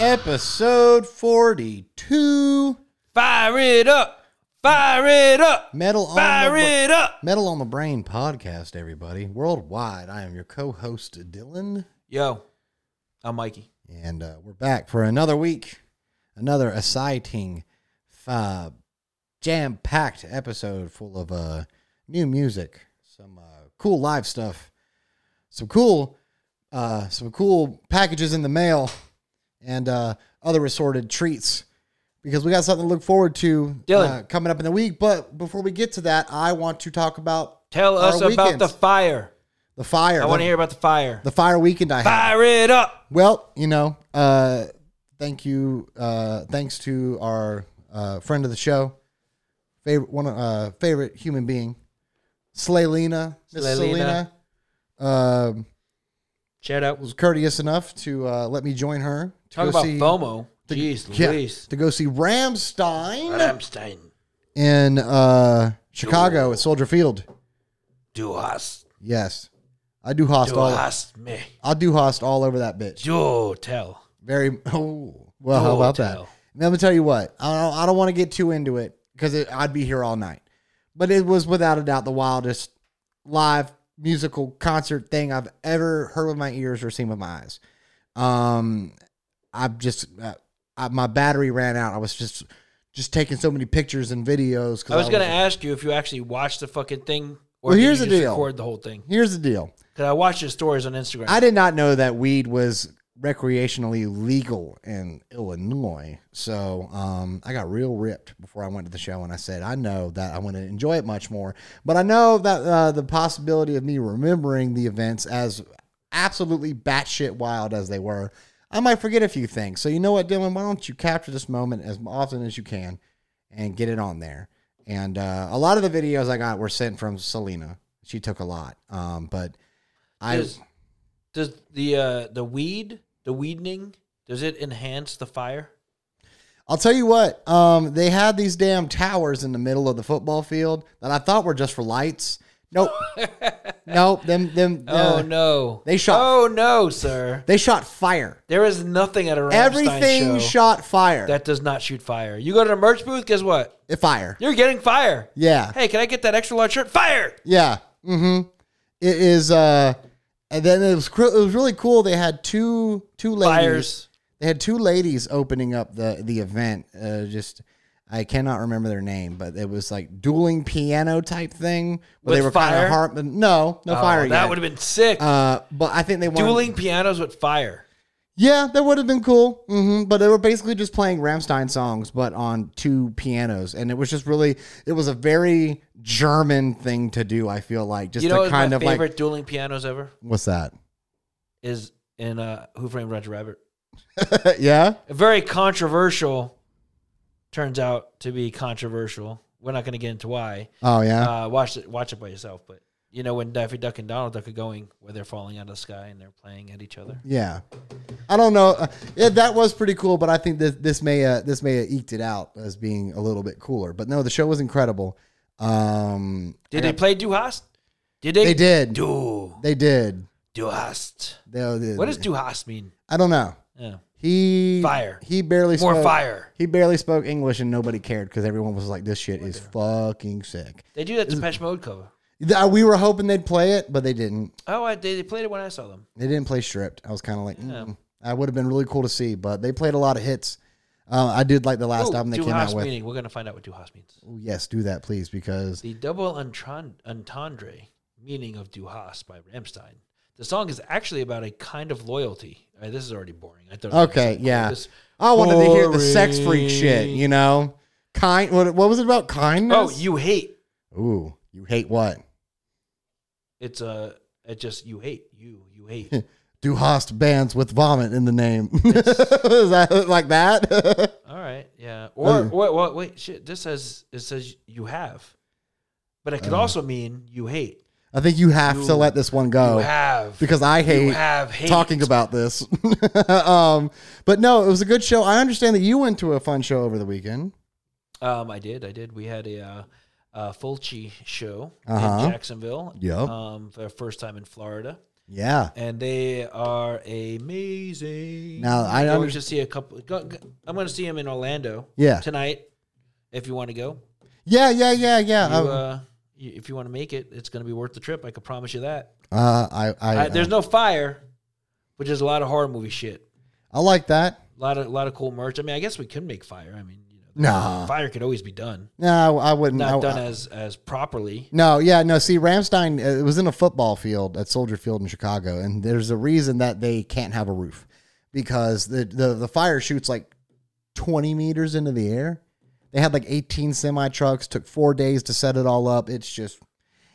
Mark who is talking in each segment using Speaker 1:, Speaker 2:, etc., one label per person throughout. Speaker 1: Episode 42
Speaker 2: Fire it up. Fire it up.
Speaker 1: Metal on
Speaker 2: Fire
Speaker 1: the Bra-
Speaker 2: it up.
Speaker 1: Metal on the Brain podcast, everybody. Worldwide, I am your co host, Dylan,
Speaker 2: Yo, I'm Mikey.
Speaker 1: and uh, we're back for another week, another exciting, uh, jam packed episode full of uh, new music, some uh, cool live stuff, some cool. Uh, some cool packages in the mail and uh, other assorted treats because we got something to look forward to
Speaker 2: Dylan.
Speaker 1: uh, coming up in the week. But before we get to that, I want to talk about
Speaker 2: Tell
Speaker 1: Our
Speaker 2: us about the
Speaker 1: weekends.
Speaker 2: fire.
Speaker 1: the fire.
Speaker 2: I
Speaker 1: the,
Speaker 2: want to hear about the fire.
Speaker 1: the fire weekend I had.
Speaker 2: Fire it up.
Speaker 1: Well, you know, uh, thank you. Uh, thanks to our uh, friend of the show, favorite one, of- uh, favorite human being, Slaylina, Miss
Speaker 2: Slaylina.
Speaker 1: Selena, um,
Speaker 2: Shout out.
Speaker 1: was courteous enough to uh, let me join her to
Speaker 2: Talk
Speaker 1: go
Speaker 2: about
Speaker 1: see
Speaker 2: FOMO. Jeez
Speaker 1: yeah,
Speaker 2: Louise.
Speaker 1: to go see Ramstein
Speaker 2: Rammstein.
Speaker 1: in uh, Chicago at Soldier Field.
Speaker 2: Du hast.
Speaker 1: Yes, I do host all.
Speaker 2: hast me.
Speaker 1: I do host all over that bitch.
Speaker 2: Do tell.
Speaker 1: Very. Oh, well, how about that?
Speaker 2: Hotel.
Speaker 1: Let me tell you what. I don't, I don't want to get too into it because I'd be here all night. But it was without a doubt the wildest live musical concert thing I've ever heard with my ears or seen with my eyes. Um, I've just uh, I, my battery ran out. I was just just taking so many pictures and videos. 'cause
Speaker 2: I was going to ask you if you actually watched the fucking thing or
Speaker 1: Well,
Speaker 2: did
Speaker 1: here's
Speaker 2: you
Speaker 1: the
Speaker 2: just
Speaker 1: deal.
Speaker 2: record the whole thing.
Speaker 1: Here's the deal.
Speaker 2: Because I watched your stories on Instagram.
Speaker 1: I did not know that weed was recreationally legal in Illinois. So um, I got real ripped before I went to the show, and I said, I know that I want to enjoy it much more. But I know that uh, the possibility of me remembering the events as absolutely batshit wild as they were, I might forget a few things. So you know what, Dylan? Why don't you capture this moment as often as you can and get it on there? And uh, a lot of the videos I got were sent from Selena. She took a lot, um, but I
Speaker 2: does, does the uh, the weed, the weeding, does it enhance the fire?
Speaker 1: I'll tell you what. Um, they had these damn towers in the middle of the football field that I thought were just for lights. Nope. nope. Them. Them.
Speaker 2: Oh
Speaker 1: uh,
Speaker 2: no!
Speaker 1: They shot-
Speaker 2: Oh no, sir!
Speaker 1: They shot fire.
Speaker 2: There is nothing at a Rammstein
Speaker 1: Everything
Speaker 2: show
Speaker 1: shot fire.
Speaker 2: that does not shoot fire. You go to the merch booth, guess what?
Speaker 1: Eh, fire.
Speaker 2: You're getting fire.
Speaker 1: Yeah.
Speaker 2: Hey, can I get that extra large shirt? Fire!
Speaker 1: Yeah. Mm-hmm. It is. Uh, and then it was. cr- It was really cool. They had two two ladies.
Speaker 2: Fires.
Speaker 1: They had two ladies opening up the the event. Uh, just I cannot remember their name, but it was like dueling piano type thing. But they
Speaker 2: With
Speaker 1: were kind
Speaker 2: fire?
Speaker 1: of harp. No, no
Speaker 2: Oh,
Speaker 1: fire.
Speaker 2: That
Speaker 1: yet.
Speaker 2: would have been sick.
Speaker 1: Uh, but I think they wanted,
Speaker 2: Dueling pianos with fire.
Speaker 1: Yeah, that would have been cool. hmm But they were basically just playing Ramstein songs, but on two pianos, and it was just really, it was a very German thing to do. I feel like just
Speaker 2: You know,
Speaker 1: to
Speaker 2: what's my
Speaker 1: kind of
Speaker 2: favorite
Speaker 1: like
Speaker 2: dueling pianos ever
Speaker 1: what's that?
Speaker 2: is in uh, Who Framed Roger Rabbit.
Speaker 1: Uh, yeah,
Speaker 2: A very controversial. Turns out to be controversial. We're not going to get into why.
Speaker 1: oh yeah,
Speaker 2: Uh, watch it. Watch it by yourself. But you know when Daffy Duck and Donald Duck are going, where they're falling out of the sky and they're playing at each other.
Speaker 1: yeah. I don't know. Uh, yeah, that was pretty cool, but I think this this may uh, this may have eked it out as being a little bit cooler. But no, the show was incredible. Um,
Speaker 2: Did they play Du Hast? Did they?
Speaker 1: they did,
Speaker 2: Du
Speaker 1: they did.
Speaker 2: Du Hast.
Speaker 1: They did.
Speaker 2: What does Du Hast mean?
Speaker 1: I don't know.
Speaker 2: Yeah.
Speaker 1: He
Speaker 2: Fire.
Speaker 1: He barely
Speaker 2: More
Speaker 1: spoke.
Speaker 2: fire.
Speaker 1: He barely spoke English and nobody cared because everyone was like, "This shit is fucking sick."
Speaker 2: They do that Depeche Mode cover.
Speaker 1: Th- We were hoping they'd play it, but they didn't.
Speaker 2: Oh, I, they, they played it when I saw them.
Speaker 1: They didn't play "Stripped." I was kind of like, mm. "That would have been really cool to see," but they played a lot of hits. Uh, I did like the last
Speaker 2: Ooh,
Speaker 1: album they
Speaker 2: Du
Speaker 1: came out
Speaker 2: Hast
Speaker 1: with.
Speaker 2: meaning. We're gonna find out what Du Hast means.
Speaker 1: Ooh, yes, do that please, because
Speaker 2: The double entran- entendre meaning of Du Hast by Rammstein. The song is actually about a kind of loyalty. Uh, this is already boring. I thought. it was
Speaker 1: Okay,
Speaker 2: gonna be
Speaker 1: yeah.
Speaker 2: This,
Speaker 1: I wanted to hear the sex freak shit. You know, kind. What, what was it about
Speaker 2: oh,
Speaker 1: kindness?
Speaker 2: you hate.
Speaker 1: you. Ooh, you hate what?
Speaker 2: It's a. Uh, it just you hate you you hate.
Speaker 1: Do host bands with vomit in the name. is that like that?
Speaker 2: All right, yeah. Or
Speaker 1: Oh, yeah.
Speaker 2: wait, wait, wait, shit. This says it says you have, but it
Speaker 1: Oh.
Speaker 2: could also mean you hate.
Speaker 1: I think you have
Speaker 2: You-
Speaker 1: to let this one
Speaker 2: You
Speaker 1: go
Speaker 2: have
Speaker 1: Oh. because I
Speaker 2: you
Speaker 1: hate
Speaker 2: have hate.
Speaker 1: talking about this. um, but no, it was a good show. I understand that you went to a fun show over the weekend.
Speaker 2: Um, I did, I did. We had a uh, uh, Fulci show
Speaker 1: Uh-huh.
Speaker 2: in Jacksonville.
Speaker 1: Yep.
Speaker 2: Um, for the first time in Florida.
Speaker 1: Yeah.
Speaker 2: and they are amazing.
Speaker 1: Now, I
Speaker 2: I
Speaker 1: under-
Speaker 2: want to see a couple. Go, go- I'm going to see him in Orlando
Speaker 1: Yeah.
Speaker 2: tonight. If you want to go,
Speaker 1: Yeah. Yeah. Yeah. Yeah. Oh,
Speaker 2: you,
Speaker 1: I-
Speaker 2: uh, you, if you want to make it, it's going to be worth the trip. I can promise you that.
Speaker 1: Uh, I I,
Speaker 2: I, there's no fire, but there's a lot of horror movie shit.
Speaker 1: I like that.
Speaker 2: A lot of lot of cool merch. I mean, I guess we could make fire. I mean, you know,
Speaker 1: Nah.
Speaker 2: fire could always be done,
Speaker 1: No, I wouldn't.
Speaker 2: not
Speaker 1: I-
Speaker 2: done
Speaker 1: I-
Speaker 2: as as properly.
Speaker 1: no, yeah, no. See, Ramstein, uh, it was in a football field at Soldier Field in Chicago, and there's a reason that they can't have a roof because the the, the fire shoots like 20 meters into the air. They had like 18 semi trucks. Took four days to set it all up. It's just,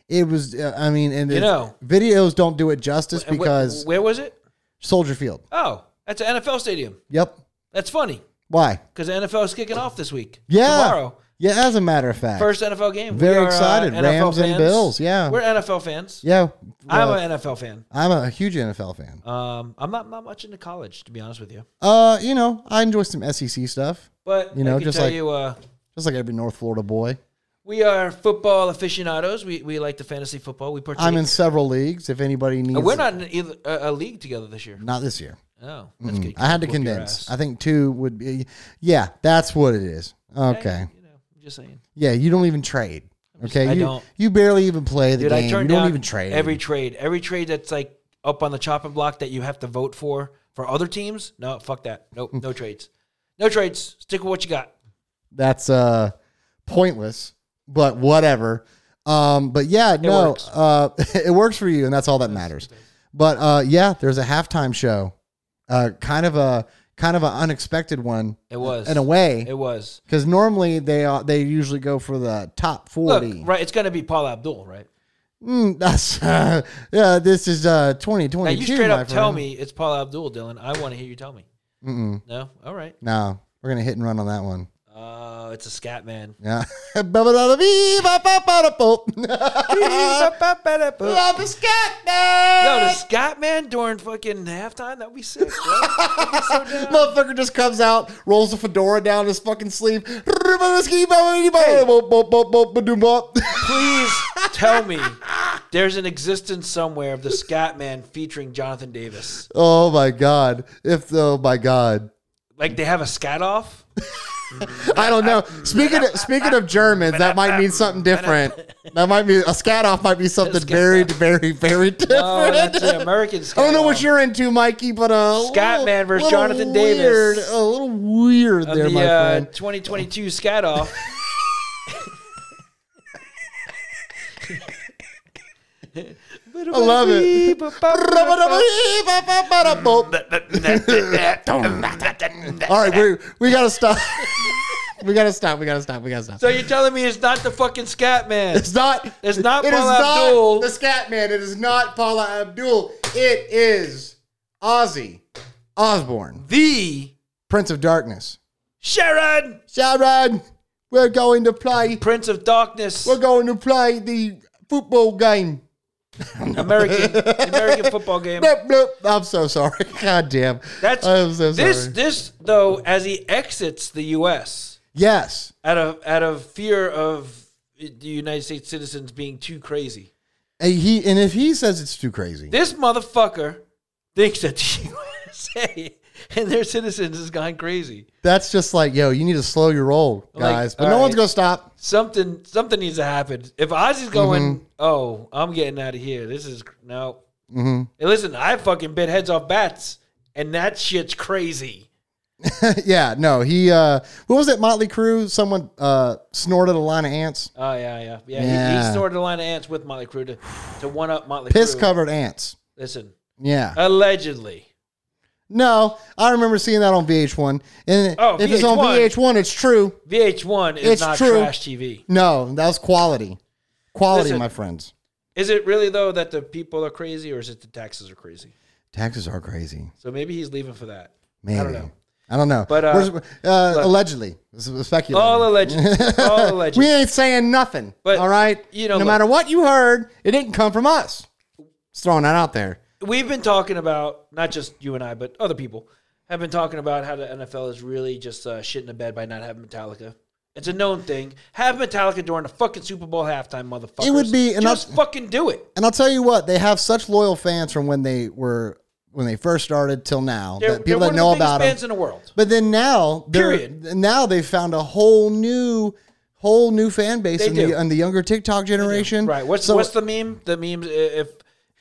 Speaker 1: it was. Uh, I mean, and
Speaker 2: You
Speaker 1: it-
Speaker 2: know.
Speaker 1: videos don't do it justice
Speaker 2: And wh-
Speaker 1: because
Speaker 2: where was it?
Speaker 1: Soldier Field.
Speaker 2: Oh, that's an NFL stadium.
Speaker 1: Yep.
Speaker 2: That's funny
Speaker 1: Why?
Speaker 2: because the NFL is kicking off this week.
Speaker 1: Yeah.
Speaker 2: tomorrow.
Speaker 1: Yeah. As a matter of fact,
Speaker 2: First NFL game.
Speaker 1: Very
Speaker 2: We are, uh,
Speaker 1: excited.
Speaker 2: NFL
Speaker 1: Rams and
Speaker 2: fans.
Speaker 1: Bills, yeah.
Speaker 2: We're NFL fans.
Speaker 1: yeah,
Speaker 2: I'm
Speaker 1: uh,
Speaker 2: an NFL fan.
Speaker 1: I'm a huge NFL fan.
Speaker 2: Um, I'm not, not much into college, to be honest with you.
Speaker 1: Uh, you know, I enjoy some SEC stuff,
Speaker 2: But
Speaker 1: You know,
Speaker 2: I can
Speaker 1: just
Speaker 2: tell
Speaker 1: like-
Speaker 2: you, uh,
Speaker 1: just like every North Florida boy.
Speaker 2: we are football aficionados. We, we like the fantasy football. We partake.
Speaker 1: I'm in several leagues. If anybody needs,
Speaker 2: Uh, We're not in either, a, a league together this year.
Speaker 1: not this year.
Speaker 2: Oh, that's good.
Speaker 1: Mm-hmm. I had to
Speaker 2: Whoop your
Speaker 1: condense.
Speaker 2: ass.
Speaker 1: I think two would be. Yeah, that's what it is. Okay.
Speaker 2: You know, I'm just saying.
Speaker 1: Yeah, you don't even trade. Okay,
Speaker 2: I
Speaker 1: you
Speaker 2: don't.
Speaker 1: you barely even play the
Speaker 2: Dude, I
Speaker 1: game. You
Speaker 2: turned
Speaker 1: don't
Speaker 2: down
Speaker 1: even trade.
Speaker 2: every trade. Every trade that's like up on the chopping block that you have to vote for for other teams. No, fuck that. Nope, no trades. No trades. Stick with what you got.
Speaker 1: that's uh pointless, but whatever. Um, but yeah, no,
Speaker 2: works.
Speaker 1: uh, it works for you, and that's all that matters. But uh, yeah, there's a halftime show, uh, kind of a kind of an unexpected one
Speaker 2: It was.
Speaker 1: in a way,
Speaker 2: It was.
Speaker 1: because normally they are they usually go for the top forty.
Speaker 2: Look, right, it's going to be Paul Abdul, right?
Speaker 1: Mm, that's yeah. This is uh
Speaker 2: Now
Speaker 1: 2022.
Speaker 2: you straight
Speaker 1: my
Speaker 2: up tell
Speaker 1: friend.
Speaker 2: me it's Paul Abdul, Dylan. I want to hear you tell me.
Speaker 1: Mm-mm.
Speaker 2: No, all right.
Speaker 1: No, we're gonna hit and run on that one.
Speaker 2: Uh, it's a scat man.
Speaker 1: Yeah. Love
Speaker 2: Yo,
Speaker 1: the scat man.
Speaker 2: the scat man during fucking halftime. That'd be sick. Bro.
Speaker 1: Motherfucker just comes out, rolls a fedora down his fucking sleeve. Hey.
Speaker 2: Please tell me there's an existence somewhere of the scat man featuring Jonathan Davis.
Speaker 1: Oh my god. If oh my god.
Speaker 2: Like they have a scat off.
Speaker 1: I don't know. Speaking of, speaking of Germans, that might mean something different. That might be a scat off might be something
Speaker 2: Scat
Speaker 1: very,
Speaker 2: off.
Speaker 1: very, very different.
Speaker 2: Oh, that's an American. Scat
Speaker 1: I don't know what
Speaker 2: off.
Speaker 1: you're into, Mikey, but uh,
Speaker 2: Scat Man versus
Speaker 1: little
Speaker 2: Jonathan Davis.
Speaker 1: weird- A little weird
Speaker 2: of
Speaker 1: there,
Speaker 2: the
Speaker 1: my
Speaker 2: uh,
Speaker 1: friend.
Speaker 2: 2022 scat off.
Speaker 1: I love it. All right, we we gotta stop. we gotta stop. We gotta stop. We gotta stop.
Speaker 2: So you're telling me it's not the fucking scat man?
Speaker 1: It's not.
Speaker 2: It's not
Speaker 1: It is
Speaker 2: Paula
Speaker 1: not
Speaker 2: Abdul.
Speaker 1: the Scat Man. It is not Paula Abdul. It is Ozzy Osbourne,
Speaker 2: The
Speaker 1: Prince of Darkness.
Speaker 2: Sharon,
Speaker 1: Sharon, we're going to play.
Speaker 2: Prince of Darkness,
Speaker 1: We're going to play the football game.
Speaker 2: American American football game.
Speaker 1: Blip, blip. I'm so sorry. God damn.
Speaker 2: That's
Speaker 1: I'm so sorry.
Speaker 2: this this though as he exits the U.S.
Speaker 1: yes.
Speaker 2: out of out of fear of the United States citizens being too crazy.
Speaker 1: And he and if he says it's too crazy,
Speaker 2: This motherfucker thinks that the USA and their citizens has gone crazy.
Speaker 1: that's just like, yo, you need to slow your roll,
Speaker 2: Like,
Speaker 1: guys. but
Speaker 2: all
Speaker 1: no one's
Speaker 2: right.
Speaker 1: gonna stop.
Speaker 2: Something something needs to happen. If
Speaker 1: Mm-hmm.
Speaker 2: Ozzy's going, oh, I'm getting out of here. This is no.
Speaker 1: Mm-hmm.
Speaker 2: Hey, listen, I fucking bit heads off bats, and that shit's crazy.
Speaker 1: yeah, no, he. uh What was it, Motley Crue? Someone uh snorted a line of ants,
Speaker 2: Oh yeah, yeah, yeah. He,
Speaker 1: Yeah.
Speaker 2: he snorted a line of ants with Motley Crue to, to one up Motley
Speaker 1: piss
Speaker 2: Crue.
Speaker 1: covered ants.
Speaker 2: Listen,
Speaker 1: Yeah.
Speaker 2: allegedly,
Speaker 1: no, I remember seeing that on VH1. And
Speaker 2: Oh,
Speaker 1: if it's on
Speaker 2: VH1.
Speaker 1: VH1, it's true.
Speaker 2: VH1 is
Speaker 1: It's
Speaker 2: not
Speaker 1: true.
Speaker 2: trash TV.
Speaker 1: No, that was quality. Quality,
Speaker 2: Listen.
Speaker 1: my friends.
Speaker 2: Is it really though that the people are crazy, or is it the taxes are crazy?
Speaker 1: Taxes are crazy.
Speaker 2: So maybe he's leaving for that.
Speaker 1: Maybe.
Speaker 2: I don't know.
Speaker 1: I don't know.
Speaker 2: But, uh,
Speaker 1: Where's- uh, allegedly, This is speculating.
Speaker 2: All alleged. All alleged.
Speaker 1: we ain't saying nothing.
Speaker 2: But,
Speaker 1: all right,
Speaker 2: you know,
Speaker 1: no
Speaker 2: look-
Speaker 1: matter what you heard, it didn't come from us. Just throwing that out there.
Speaker 2: we've been talking about not just you and I, but other people have been talking about how the NFL is really just uh, shit in the bed by not having Metallica It's a known thing. Have Metallica during the fucking Super Bowl halftime, motherfucker.
Speaker 1: It would be- and
Speaker 2: just fucking do it.
Speaker 1: And I'll tell you what, they have such loyal fans from when they were when they first started till now.
Speaker 2: They're,
Speaker 1: that people
Speaker 2: they're
Speaker 1: that
Speaker 2: one
Speaker 1: know
Speaker 2: of the biggest
Speaker 1: about them.
Speaker 2: bands in the world.
Speaker 1: But then now, they're-
Speaker 2: Period.
Speaker 1: Now they've found a whole new, whole new fan base
Speaker 2: They
Speaker 1: in the,
Speaker 2: do.
Speaker 1: in the younger TikTok generation.
Speaker 2: Right. What's
Speaker 1: so,
Speaker 2: what's the meme? The memes i- if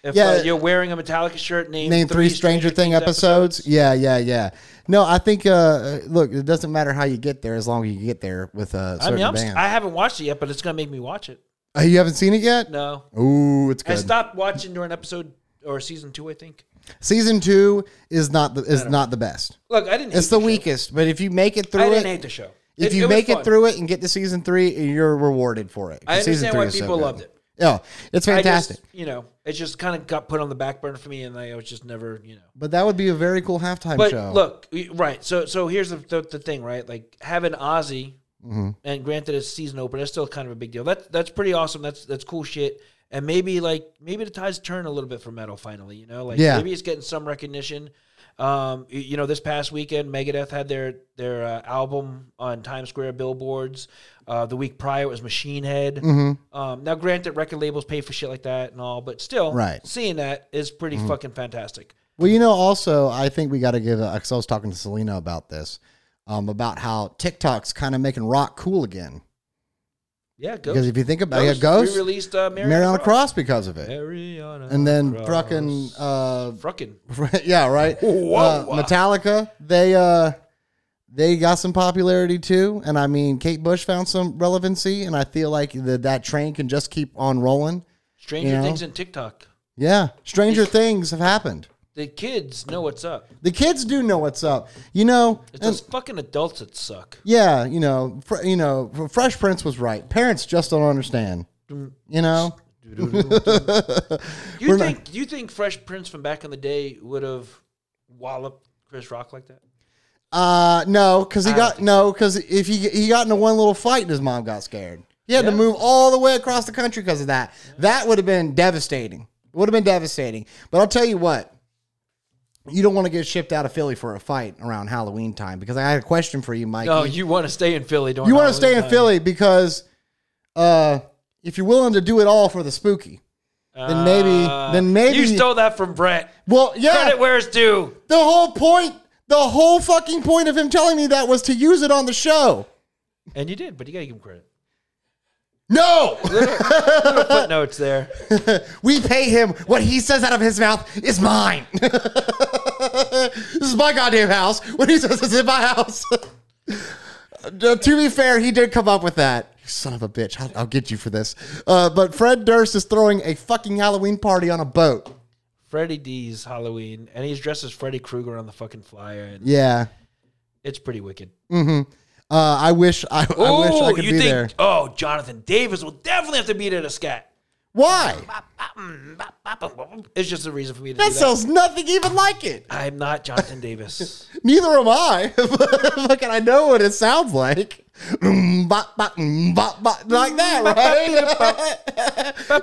Speaker 2: if
Speaker 1: Yeah.
Speaker 2: uh, you're wearing a Metallica shirt, name,
Speaker 1: name three Stranger Thing
Speaker 2: Things
Speaker 1: episodes? Yeah, yeah, yeah. No, I think. Uh, look, it doesn't matter how you get there as long as you get there with a
Speaker 2: I
Speaker 1: certain
Speaker 2: mean, I'm,
Speaker 1: band.
Speaker 2: I haven't watched it yet, but it's gonna make me watch it.
Speaker 1: Uh, you haven't seen it yet?
Speaker 2: No,
Speaker 1: Ooh, it's
Speaker 2: I
Speaker 1: good.
Speaker 2: stopped watching during episode or season two, I think.
Speaker 1: Season two is not the is not the best.
Speaker 2: Look, I didn't.
Speaker 1: It's
Speaker 2: hate
Speaker 1: the
Speaker 2: show.
Speaker 1: weakest, but if you make it through
Speaker 2: I didn't
Speaker 1: it,
Speaker 2: hate the show.
Speaker 1: if you
Speaker 2: was
Speaker 1: make
Speaker 2: fun.
Speaker 1: it through it and get to season three, you're rewarded for it.
Speaker 2: I
Speaker 1: season
Speaker 2: understand why
Speaker 1: is
Speaker 2: people
Speaker 1: good.
Speaker 2: loved it.
Speaker 1: Yeah, it's
Speaker 2: I
Speaker 1: fantastic.
Speaker 2: just, you know, it just kind of got put on the back burner for me, and I was just never, you know.
Speaker 1: But that would be a very cool halftime
Speaker 2: But
Speaker 1: show.
Speaker 2: look, y- right. So, so here's the, the, the thing, right? Like having Ozzy,
Speaker 1: Mm-hmm.
Speaker 2: and granted it's season open, that's still kind of a big deal. That's that's pretty awesome. That's that's cool shit. And maybe like maybe the tides turn a little bit for metal finally. You know, like
Speaker 1: Yeah.
Speaker 2: maybe it's getting some recognition. Um, y- you know, this past weekend, Megadeth had their their uh, album on Times Square billboards. Uh, the week prior was Machine Head.
Speaker 1: Mm-hmm.
Speaker 2: Um, now, granted, record labels pay for shit like that and all, but still,
Speaker 1: Right. Mm-hmm.
Speaker 2: Seeing that is pretty fucking fantastic.
Speaker 1: well, you know, also, I think we got to give, because I was talking to Selena about this, um, about how TikTok's kind of making rock cool again.
Speaker 2: Yeah, go.
Speaker 1: Because if you think about it, Ghost,
Speaker 2: We released uh, Mary,
Speaker 1: Mary on a
Speaker 2: Cross.
Speaker 1: Cross because of it.
Speaker 2: Mariana
Speaker 1: And then
Speaker 2: Cross.
Speaker 1: fucking, uh,
Speaker 2: fucking
Speaker 1: yeah, right?
Speaker 2: Whoa.
Speaker 1: Uh, Metallica, they, uh, they got some popularity too. And I mean, Kate Bush found some relevancy. And I feel like the, that train can just keep on rolling.
Speaker 2: Stranger
Speaker 1: you know?
Speaker 2: Things and TikTok.
Speaker 1: Yeah. Stranger things have happened.
Speaker 2: The kids know what's up.
Speaker 1: The kids do know what's up. You know,
Speaker 2: It's
Speaker 1: and-
Speaker 2: those fucking adults that suck.
Speaker 1: yeah, you know, fr- you know, F- Fresh Prince was right. Parents just don't understand. You know,
Speaker 2: You think you think Fresh Prince from back in the day would have walloped Chris Rock like that?
Speaker 1: uh, no, because he
Speaker 2: I don't
Speaker 1: got
Speaker 2: think
Speaker 1: no, because if he he got into one little fight and his mom got scared, he had to
Speaker 2: Yeah.
Speaker 1: move all the way across the country because of that. That would have been devastating. Would have been devastating. But I'll tell you what, you don't want to get shipped out of Philly for a fight around Halloween time because I had a question for you, Mike.
Speaker 2: No, you want to stay in Philly, don't
Speaker 1: You want to stay in Philly because uh, if you're willing to do it all for the spooky, then maybe, then maybe.
Speaker 2: Uh, you stole that from Brett.
Speaker 1: well, yeah.
Speaker 2: Credit where it's due.
Speaker 1: The whole point, the whole fucking point of him telling me that was to use it on the show.
Speaker 2: And you did, but you gotta give him credit.
Speaker 1: No,
Speaker 2: Footnotes there.
Speaker 1: we pay him. What he says out of his mouth is mine. this is my goddamn house. What he says is in my house. Uh, to be fair, he did come up with that. Son of a bitch, I'll, I'll get you for this. Uh, but Fred Durst is throwing a fucking Halloween party on a boat.
Speaker 2: Freddie D's Halloween, and he's dressed as Freddy Krueger on the fucking flyer, and
Speaker 1: Yeah.
Speaker 2: it's pretty wicked.
Speaker 1: Uh, I wish I, I wish I could be there.
Speaker 2: Oh, Jonathan Davis will definitely have to be there to scat.
Speaker 1: Why?
Speaker 2: It's just a reason for me to
Speaker 1: That
Speaker 2: do that.
Speaker 1: sounds nothing even like it.
Speaker 2: I'm not Jonathan Davis.
Speaker 1: Neither am I. Fucking, I know what it sounds like. Mm, bop, bop, mm, bop, bop, Like that, right?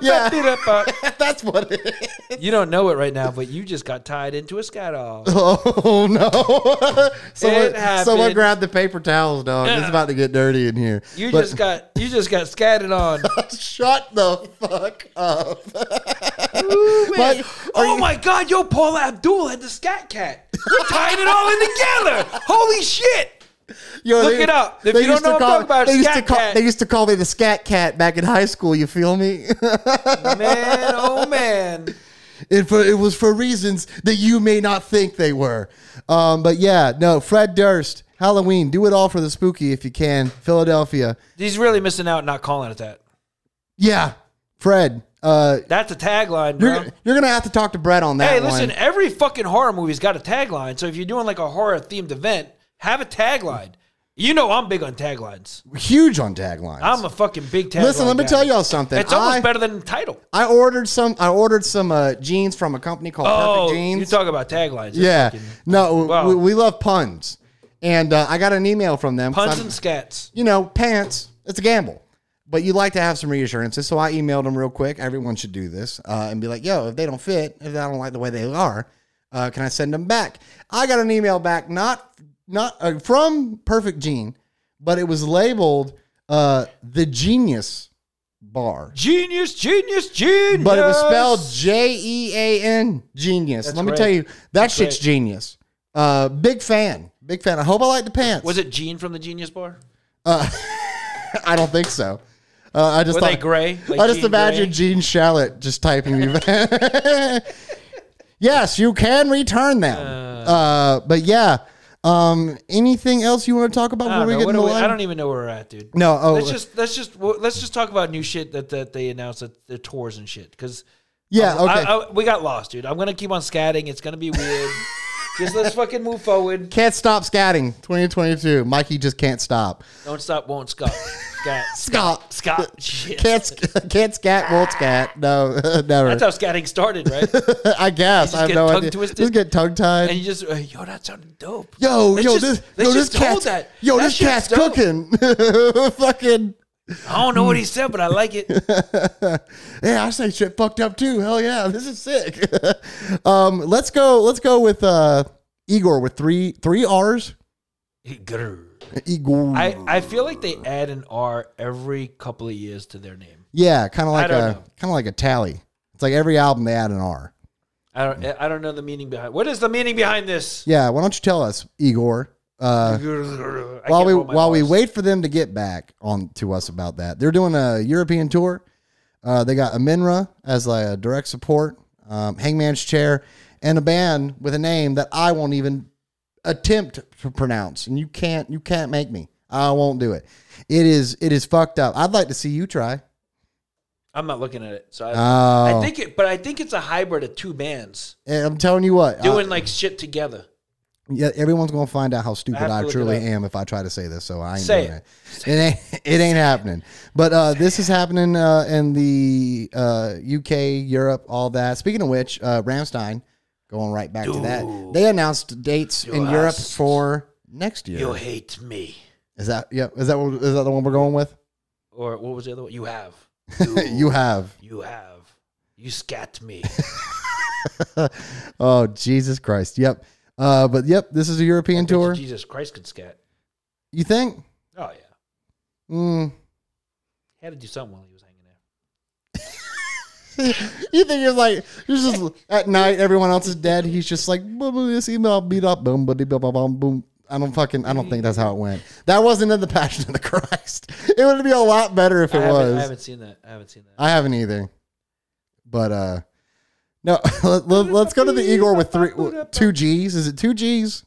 Speaker 1: yeah, that's what it is.
Speaker 2: you don't know it right now, but you just got tied into a scat all.
Speaker 1: Oh no! someone, someone
Speaker 2: happened.
Speaker 1: grabbed the paper towels, dog. It's about to get dirty in here.
Speaker 2: You
Speaker 1: But-
Speaker 2: just got you just got scatted on.
Speaker 1: shut the fuck up. Mike, are
Speaker 2: oh
Speaker 1: you-
Speaker 2: my god, yo, Paula Abdul had the scat cat. You're tying it all in together. Holy shit.
Speaker 1: Yo,
Speaker 2: Look
Speaker 1: they-
Speaker 2: it up. If
Speaker 1: they
Speaker 2: you don't
Speaker 1: used to
Speaker 2: know what
Speaker 1: call-
Speaker 2: I'm talking about,
Speaker 1: they used
Speaker 2: Scat
Speaker 1: to call,
Speaker 2: Cat.
Speaker 1: they used to call me the Scat Cat back in high school. You feel me?
Speaker 2: Man, oh man.
Speaker 1: It, for, it was for reasons that you may not think they were. Um, but yeah, no, Fred Durst, Halloween, do it all for the spooky if you can. Philadelphia.
Speaker 2: He's really missing out not calling it that.
Speaker 1: Yeah, Fred, uh,
Speaker 2: That's a tagline,
Speaker 1: you're,
Speaker 2: bro.
Speaker 1: you're going to have to talk to Brett on that
Speaker 2: Hey,
Speaker 1: one.
Speaker 2: listen, every fucking horror movie's got a tagline. So if you're doing like a horror themed event, have a tagline. You know I'm big on taglines.
Speaker 1: Huge on taglines.
Speaker 2: I'm a fucking big tagline.
Speaker 1: listen, let me
Speaker 2: guy.
Speaker 1: tell y'all something.
Speaker 2: It's almost
Speaker 1: I,
Speaker 2: better than the title.
Speaker 1: I ordered some. I ordered some uh, jeans from a company called
Speaker 2: Oh,
Speaker 1: Perfect Jeans.
Speaker 2: you talk about taglines. It's
Speaker 1: yeah,
Speaker 2: fucking
Speaker 1: no,
Speaker 2: Wow.
Speaker 1: we, we love puns, and uh, I got an email from them. 'cause
Speaker 2: Puns
Speaker 1: I'm-
Speaker 2: and scats.
Speaker 1: you know, pants, it's a gamble. But you like to have some reassurances. So I emailed them real quick. Everyone should do this uh, and be like, yo, if they don't fit, if I don't like the way they are, uh, can I send them back? I got an email back, not not uh, from Perfect Gene, but it was labeled uh, the Genius Bar.
Speaker 2: Genius, genius, genius.
Speaker 1: But it was spelled J E A N Genius.
Speaker 2: That's
Speaker 1: Let me
Speaker 2: great.
Speaker 1: tell you, that shit's
Speaker 2: great.
Speaker 1: genius. Uh, big fan, big fan. I hope I like the pants.
Speaker 2: Was it Gene from the Genius Bar?
Speaker 1: I don't think so. Uh, I just
Speaker 2: Were
Speaker 1: thought
Speaker 2: they gray? Like
Speaker 1: I just
Speaker 2: Gene
Speaker 1: imagine
Speaker 2: Gray?
Speaker 1: Gene Shalit just typing me. yes, you can return them. Uh, but yeah. Um, anything else you want to talk about
Speaker 2: I
Speaker 1: before
Speaker 2: don't,
Speaker 1: we
Speaker 2: know.
Speaker 1: get
Speaker 2: What
Speaker 1: into
Speaker 2: do
Speaker 1: the
Speaker 2: we- I
Speaker 1: line?
Speaker 2: don't even know where we're at, dude.
Speaker 1: No, oh,
Speaker 2: let's just let's just well, let's just talk about new shit that, that they announced at the tours and shit. Because
Speaker 1: yeah, okay.
Speaker 2: I, I, we got lost, dude. I'm gonna keep on scatting. It's gonna be weird. just let's fucking move forward.
Speaker 1: can't stop scatting 2022. Mikey just can't stop.
Speaker 2: Don't stop, won't scat, scat,
Speaker 1: Scott.
Speaker 2: scat. Shit.
Speaker 1: Can't, sc- can't scat, won't scat. No, never.
Speaker 2: That's how scatting started, right?
Speaker 1: I guess.
Speaker 2: just
Speaker 1: I have
Speaker 2: get
Speaker 1: no
Speaker 2: tongue
Speaker 1: idea.
Speaker 2: twisted.
Speaker 1: Just get tongue tied.
Speaker 2: and you just uh, yo, that sounded dope.
Speaker 1: Yo,
Speaker 2: Let's
Speaker 1: yo,
Speaker 2: just-
Speaker 1: this,
Speaker 2: let's
Speaker 1: yo, this
Speaker 2: just hold
Speaker 1: cat's,
Speaker 2: that.
Speaker 1: yo,
Speaker 2: That
Speaker 1: this
Speaker 2: shit's
Speaker 1: cat's
Speaker 2: dope.
Speaker 1: cooking. Fucking,
Speaker 2: I don't know what he said, but I like it.
Speaker 1: yeah, I say shit fucked up too. Hell yeah, this is sick. um, let's go, let's go with uh, Igor with three three R's.
Speaker 2: Grr.
Speaker 1: Igor,
Speaker 2: I, I feel like they add an R every couple of years to their name.
Speaker 1: yeah, kind of like a
Speaker 2: don't
Speaker 1: kind
Speaker 2: know.
Speaker 1: of like a tally. It's like every album they add an R.
Speaker 2: I don't I don't know the meaning behind. What is the meaning behind this?
Speaker 1: Yeah, why don't you tell us, Igor? Uh,
Speaker 2: Grr. I
Speaker 1: while
Speaker 2: can't
Speaker 1: we
Speaker 2: roll my
Speaker 1: while we
Speaker 2: R's.
Speaker 1: wait for them to get back on to us about that, they're doing a European tour. Uh, they got Aminra as like a direct support, um, Hangman's Chair, and a band with a name that I won't even attempt to pronounce, and you can't you can't make me. I won't do it. It is it is fucked up. I'd like to see you try.
Speaker 2: I'm not looking at it. So I,
Speaker 1: Oh,
Speaker 2: I think it, but I think it's a hybrid of two bands
Speaker 1: And I'm telling you what. I-
Speaker 2: doing like shit together.
Speaker 1: Yeah, everyone's gonna find out how
Speaker 2: I
Speaker 1: stupid
Speaker 2: have to
Speaker 1: I,
Speaker 2: look it
Speaker 1: truly
Speaker 2: up.
Speaker 1: am if I try to say this. So I ain't
Speaker 2: Say
Speaker 1: doing
Speaker 2: it.
Speaker 1: it. It, ain't it ain't happening. But uh, this is happening uh, in the uh, UK, Europe, all that. Speaking of which, uh, Ramstein, going right back to that,
Speaker 2: Dude.
Speaker 1: they announced dates in Europe
Speaker 2: ass.
Speaker 1: for next year.
Speaker 2: You hate me,
Speaker 1: Is that yeah? Is that what- is that the one we're going with?
Speaker 2: or what was the other one? You have.
Speaker 1: you have.
Speaker 2: You have. You scat me.
Speaker 1: oh Jesus Christ! Yep. Uh, but yep, this is a European tour.
Speaker 2: Jesus Christ could scat.
Speaker 1: You think?
Speaker 2: Oh yeah,
Speaker 1: Mm.
Speaker 2: had to do something while he was hanging there.
Speaker 1: you think you're like you're just at night, everyone else is dead. He's just like boom, boom, this email beat up, boom, buddy, boom, boom, boom, boom. I don't fucking I don't think that's how it went. That wasn't in the Passion of the Christ. It would be a lot better if it
Speaker 2: I haven't, I
Speaker 1: was.
Speaker 2: haven't seen that. I haven't seen that.
Speaker 1: I haven't either. But uh no, let, let, let's go to the Igor with three two G's. Is it two G's?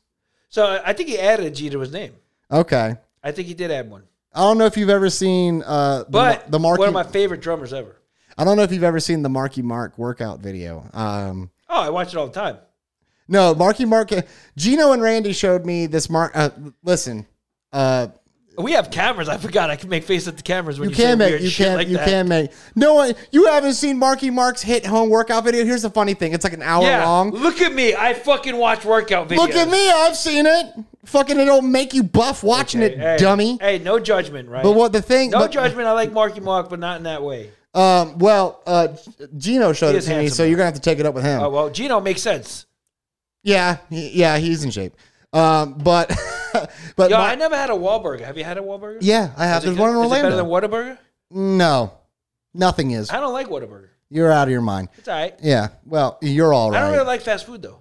Speaker 2: So I- I think he added a G to his name.
Speaker 1: Okay.
Speaker 2: I think he did add one.
Speaker 1: I don't know if you've ever seen uh the,
Speaker 2: But
Speaker 1: the Marky
Speaker 2: one of my favorite drummers ever.
Speaker 1: I don't know if you've ever seen the Marky Mark workout video. Um
Speaker 2: Oh, I watch it all the time.
Speaker 1: No, Marky Mark. Gino and Randy showed me this Mark. Uh, listen, uh,
Speaker 2: We have cameras. I forgot I can make face at the cameras when
Speaker 1: you,
Speaker 2: you, say
Speaker 1: can make
Speaker 2: weird
Speaker 1: you
Speaker 2: shit
Speaker 1: can
Speaker 2: like
Speaker 1: you
Speaker 2: that.
Speaker 1: can make no one. You haven't seen Marky Mark's hit home workout video. Here's the funny thing: it's like an hour
Speaker 2: Yeah,
Speaker 1: long.
Speaker 2: look at me. I fucking watch workout videos.
Speaker 1: Look at me, I've seen it. Fucking, it'll make you buff watching it,
Speaker 2: Hey,
Speaker 1: dummy.
Speaker 2: Hey, no judgment, right?
Speaker 1: But what the thing?
Speaker 2: No
Speaker 1: but,
Speaker 2: judgment. I like Marky Mark, but not in that way.
Speaker 1: um, well, uh, Gino showed
Speaker 2: He
Speaker 1: it
Speaker 2: is
Speaker 1: to me,
Speaker 2: handsome,
Speaker 1: so
Speaker 2: though.
Speaker 1: you're gonna have to take it up with him.
Speaker 2: Oh well, Gino makes sense.
Speaker 1: Yeah, he- yeah, he's in shape. Um, but but
Speaker 2: Yo,
Speaker 1: Mar-
Speaker 2: I never had a Wahlburger. Have you had a Wahlburger?
Speaker 1: yeah, I have.
Speaker 2: Is it
Speaker 1: There's
Speaker 2: good?
Speaker 1: one in
Speaker 2: Is it
Speaker 1: Orlando.
Speaker 2: better than Whataburger?
Speaker 1: no, nothing is.
Speaker 2: I don't like Whataburger.
Speaker 1: You're out of your mind.
Speaker 2: It's all right.
Speaker 1: Yeah. Well, you're all
Speaker 2: I
Speaker 1: right.
Speaker 2: don't really like fast food though.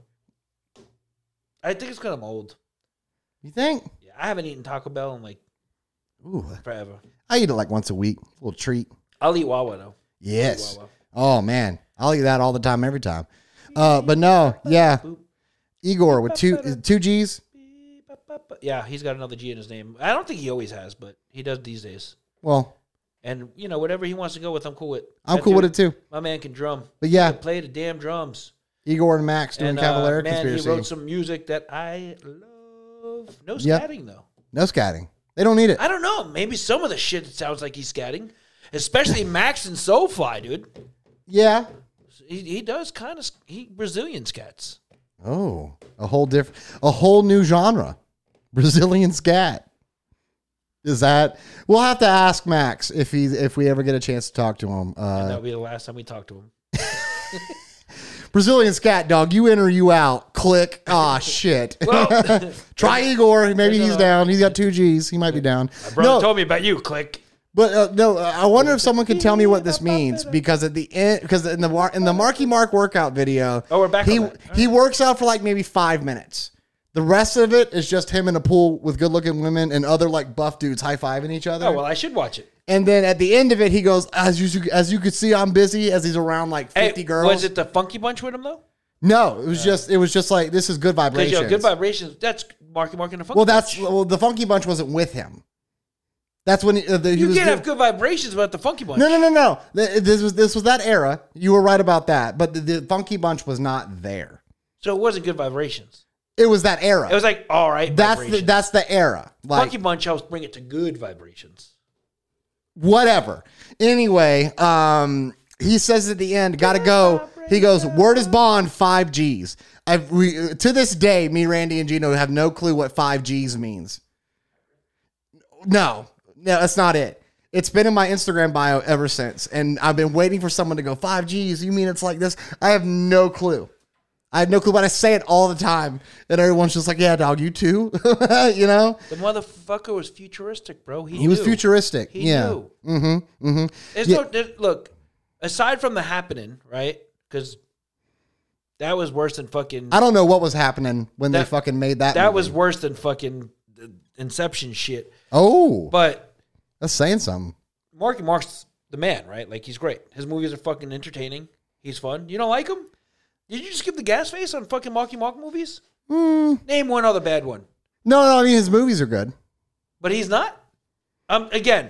Speaker 2: I think it's kind of old.
Speaker 1: you think?
Speaker 2: Yeah, I haven't eaten Taco Bell in like
Speaker 1: Ooh,
Speaker 2: forever.
Speaker 1: I eat it like once a week. little treat.
Speaker 2: I'll eat Wawa though.
Speaker 1: Yes.
Speaker 2: Wawa.
Speaker 1: Oh man, I'll eat that all the time, every time. Uh, but no, yeah,
Speaker 2: Boop.
Speaker 1: Igor with two is it two G's.
Speaker 2: Beep, bop, bop, bop. Yeah, he's got another G in his name. I don't think he always has, but he does these days.
Speaker 1: Well,
Speaker 2: And you know, whatever he wants to go with, I'm cool with.
Speaker 1: I'm
Speaker 2: That
Speaker 1: cool with it
Speaker 2: dude-
Speaker 1: too.
Speaker 2: My man can drum.
Speaker 1: But yeah,
Speaker 2: He can play the damn drums.
Speaker 1: Igor and Max doing
Speaker 2: And
Speaker 1: Cavalera
Speaker 2: uh, man, he wrote
Speaker 1: conspiracy.
Speaker 2: some music that I love. No
Speaker 1: Yep.
Speaker 2: scatting though.
Speaker 1: No scatting. They don't need it.
Speaker 2: I don't know. Maybe some of the shit that sounds like he's scatting, especially Max and Soulfly, dude.
Speaker 1: yeah.
Speaker 2: He, he does kind of he Brazilian scats.
Speaker 1: Oh, a whole different, a whole new genre, Brazilian scat. Is that? We'll have to ask Max if he if we ever get a chance to talk to him. Uh,
Speaker 2: That'll be the last time we talk to him.
Speaker 1: Brazilian scat dog, you in or you out? Click. Ah, shit.
Speaker 2: Oh. Well,
Speaker 1: Try Igor. Maybe he's down. He's got two G's. He might be down.
Speaker 2: brother
Speaker 1: No,
Speaker 2: told me about you. Click.
Speaker 1: but uh, no. uh, I wonder if someone could tell me what this means because at the end, because in the Mar- in the Marky Mark workout video,
Speaker 2: Oh, we're back
Speaker 1: He
Speaker 2: on that.
Speaker 1: he works out for like maybe five minutes. The rest of it is just him in a pool with good-looking women and other like buff dudes high fiving each other.
Speaker 2: Oh well, I should watch it.
Speaker 1: And then at the end of it, he goes, as you as you could see, I'm busy. As he's around like
Speaker 2: Hey,
Speaker 1: 50 girls.
Speaker 2: Was it the Funky Bunch with him though?
Speaker 1: no, it was just it was just like this is good
Speaker 2: Because
Speaker 1: vibrations.
Speaker 2: yo, good vibrations. That's Marky Mark and the Funky.
Speaker 1: Well, that's
Speaker 2: Bunch.
Speaker 1: well the funky bunch wasn't with him. That's when he, uh, the, he
Speaker 2: you
Speaker 1: was.
Speaker 2: can't
Speaker 1: doing-
Speaker 2: have good vibrations without the Funky Bunch.
Speaker 1: no, no, no, no. Th- This was this was that era. You were right about that, but the, the funky bunch was not there.
Speaker 2: So it wasn't good vibrations.
Speaker 1: It was that era.
Speaker 2: It was like all right.
Speaker 1: that's the,
Speaker 2: vibrations.
Speaker 1: that's the era. Like
Speaker 2: Funky Bunch helps bring it to good vibrations.
Speaker 1: whatever. Anyway, um, he says at the end, "Gotta go." He goes, "Word is bond, five Gs." I've, we, to this day, me, Randy, and Gino have no clue what five Gs means. No, no, that's not it. It's been in my Instagram bio ever since, and I've been waiting for someone to go five Gs. You mean it's like this? I have no clue. I have no clue, but I say it all the time, and everyone's just like, "Yeah, dog, you too," you know.
Speaker 2: The motherfucker was futuristic, bro. He,
Speaker 1: He was
Speaker 2: knew.
Speaker 1: futuristic.
Speaker 2: He
Speaker 1: yeah. Mm-hmm,
Speaker 2: knew. There's no, there- look, aside from the happening, right? Because that was worse than fucking.
Speaker 1: I don't know what was happening when they
Speaker 2: That-
Speaker 1: fucking made that.
Speaker 2: That
Speaker 1: movie.
Speaker 2: was worse than fucking the Inception shit.
Speaker 1: oh,
Speaker 2: But
Speaker 1: that's saying something.
Speaker 2: Marky Mark's the man, right? Like he's great. His movies are fucking entertaining. He's fun. You don't like him? Did you just give the gas face on fucking Marky Mark movies? Name one other bad one.
Speaker 1: No, no, I mean his movies are good. Eh,
Speaker 2: But he's not. Um, again,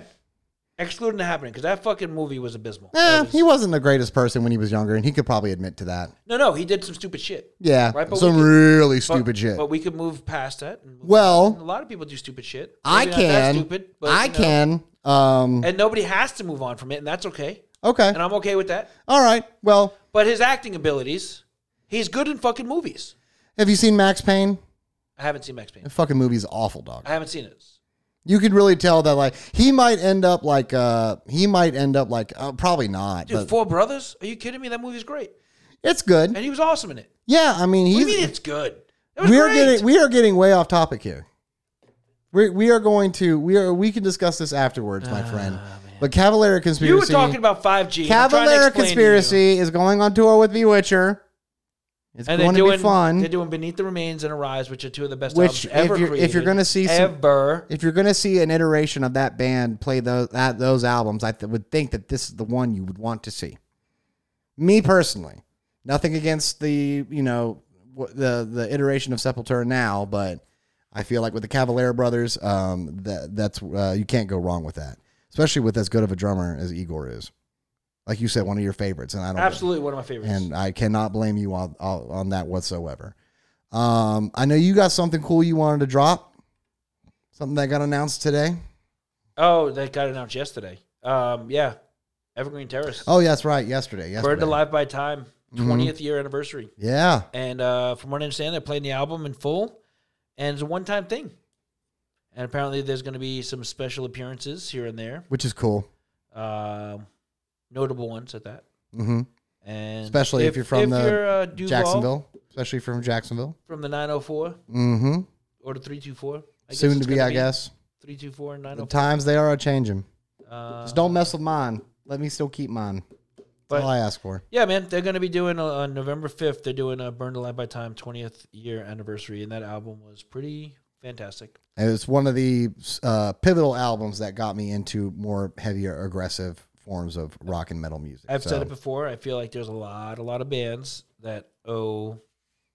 Speaker 2: excluding the happening because that fucking movie was abysmal.
Speaker 1: Eh,
Speaker 2: That was-
Speaker 1: he wasn't the greatest person when he was younger, and he could probably admit to that.
Speaker 2: no, no, he did some stupid shit.
Speaker 1: Yeah,
Speaker 2: Right, but
Speaker 1: some
Speaker 2: we could-
Speaker 1: really
Speaker 2: But-
Speaker 1: stupid shit.
Speaker 2: But we could move past that. and move
Speaker 1: Well-
Speaker 2: on. a lot of people do stupid shit.
Speaker 1: I
Speaker 2: Maybe not that
Speaker 1: can,
Speaker 2: stupid, but,
Speaker 1: I
Speaker 2: you know,
Speaker 1: can. Um,
Speaker 2: and nobody has to move on from it, and that's okay.
Speaker 1: okay,
Speaker 2: And I'm okay with that.
Speaker 1: all right. Well,
Speaker 2: But his acting abilities, he's good in fucking movies.
Speaker 1: have you seen Max Payne?
Speaker 2: I haven't seen Max Payne.
Speaker 1: That fucking movie's awful, dog.
Speaker 2: I haven't seen it.
Speaker 1: You could really tell that, like, he might end up like, uh, he might end up like, uh, probably not,
Speaker 2: Dude,
Speaker 1: but
Speaker 2: Four Brothers? Are you kidding me? That movie's great,
Speaker 1: it's good.
Speaker 2: and he was awesome in it.
Speaker 1: Yeah, I mean,
Speaker 2: What
Speaker 1: he's
Speaker 2: do you mean it's good? It was
Speaker 1: we are
Speaker 2: great.
Speaker 1: getting we are getting way off topic here. We we are going to we are we can discuss this afterwards, my friend. But Cavalera conspiracy.
Speaker 2: Ah, you were talking about 5G. I'm trying to
Speaker 1: Cavalera
Speaker 2: explain to you.
Speaker 1: conspiracy is going on tour with Bewitcher. It's
Speaker 2: And
Speaker 1: going
Speaker 2: they're doing
Speaker 1: to be fun.
Speaker 2: They're doing Beneath the Remains and Arise, which are two of the best
Speaker 1: Which,
Speaker 2: albums ever
Speaker 1: if you're-
Speaker 2: created.
Speaker 1: if you're gonna see some-
Speaker 2: ever,
Speaker 1: if you're going to see an iteration of that band play those that, those albums, I th- would think that this is the one you would want to see. Me personally, nothing against the you know wh- the the iteration of Sepultura now, but I feel like with the Cavalera brothers, um, that that's uh, you can't go wrong with that, especially with as good of a drummer as Igor is. Like you said, one of your favorites, and I don't
Speaker 2: absolutely one of my favorites.
Speaker 1: and I cannot blame you on on on that whatsoever. Um, I know you got something cool you wanted to drop, something that got announced today.
Speaker 2: oh, that got announced yesterday. Um, yeah, Evergreen Terrace,
Speaker 1: Oh, yeah, that's right, Mm-hmm. yesterday.
Speaker 2: burned
Speaker 1: Yesterday.
Speaker 2: alive by time, 20th year anniversary.
Speaker 1: Yeah,
Speaker 2: And uh, from what I understand, they're playing the album in full, and it's a one time thing. And apparently, there's going to be some special appearances here and there,
Speaker 1: which is cool.
Speaker 2: um, notable ones at that.
Speaker 1: hmm
Speaker 2: And
Speaker 1: Especially if you're from the
Speaker 2: uh, Duval,
Speaker 1: Jacksonville, especially from Jacksonville.
Speaker 2: from the 904
Speaker 1: Mm-hmm.
Speaker 2: or the 324. I guess
Speaker 1: Soon
Speaker 2: it's
Speaker 1: to be,
Speaker 2: gonna
Speaker 1: I guess.
Speaker 2: 324 and
Speaker 1: The
Speaker 2: 904.
Speaker 1: times they are a changing.
Speaker 2: Uh,
Speaker 1: Just don't mess with mine. Let me still keep mine. That's
Speaker 2: But-
Speaker 1: all I ask for.
Speaker 2: yeah, man, they're going to be doing uh, on November 5th, they're doing a Burned Alive by Time 20th year anniversary, and that album was pretty fantastic.
Speaker 1: And it's one of the uh, pivotal albums that got me into more heavier, aggressive forms of rock and metal music.
Speaker 2: I've
Speaker 1: So-
Speaker 2: said it before. I feel like there's a lot, a lot of bands that owe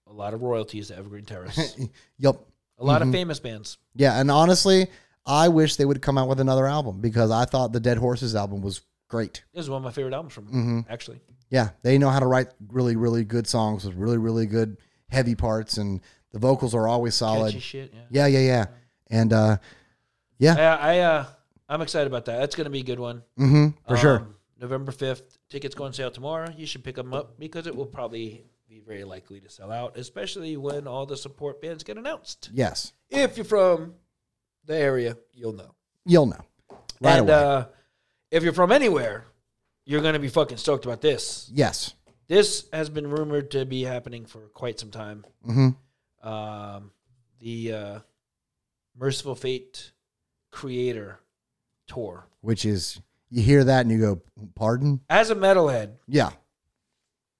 Speaker 2: a lot of royalties to Evergreen Terrace.
Speaker 1: Yup.
Speaker 2: a lot
Speaker 1: Mm-hmm.
Speaker 2: of famous bands.
Speaker 1: Yeah, and honestly, I wish they would come out with another album because I thought the Dead Horses album was great.
Speaker 2: This is one of my favorite albums from
Speaker 1: Mm-hmm.
Speaker 2: actually.
Speaker 1: Yeah, they know how to write really, really good songs with really, really good heavy parts, and the vocals are always solid.
Speaker 2: Catchy shit. Yeah.
Speaker 1: Yeah, yeah, yeah. And uh, yeah,
Speaker 2: I, I uh, I'm excited about that. That's gonna be a good one
Speaker 1: hmm for sure.
Speaker 2: Um, November fifth. Tickets go on sale tomorrow. You should pick them up because it will probably be very likely to sell out, especially when all the support bands get announced.
Speaker 1: Yes,
Speaker 2: If you're from the area, you'll know.
Speaker 1: you'll know right
Speaker 2: and
Speaker 1: away.
Speaker 2: uh if you're from anywhere, you're gonna be fucking stoked about this.
Speaker 1: yes,
Speaker 2: This has been rumored to be happening for quite some time.
Speaker 1: hmm
Speaker 2: Um, the uh, Merciful Fate Creator Tour.
Speaker 1: Which is you hear that and you go, "Pardon?"
Speaker 2: As a metalhead,
Speaker 1: Yeah.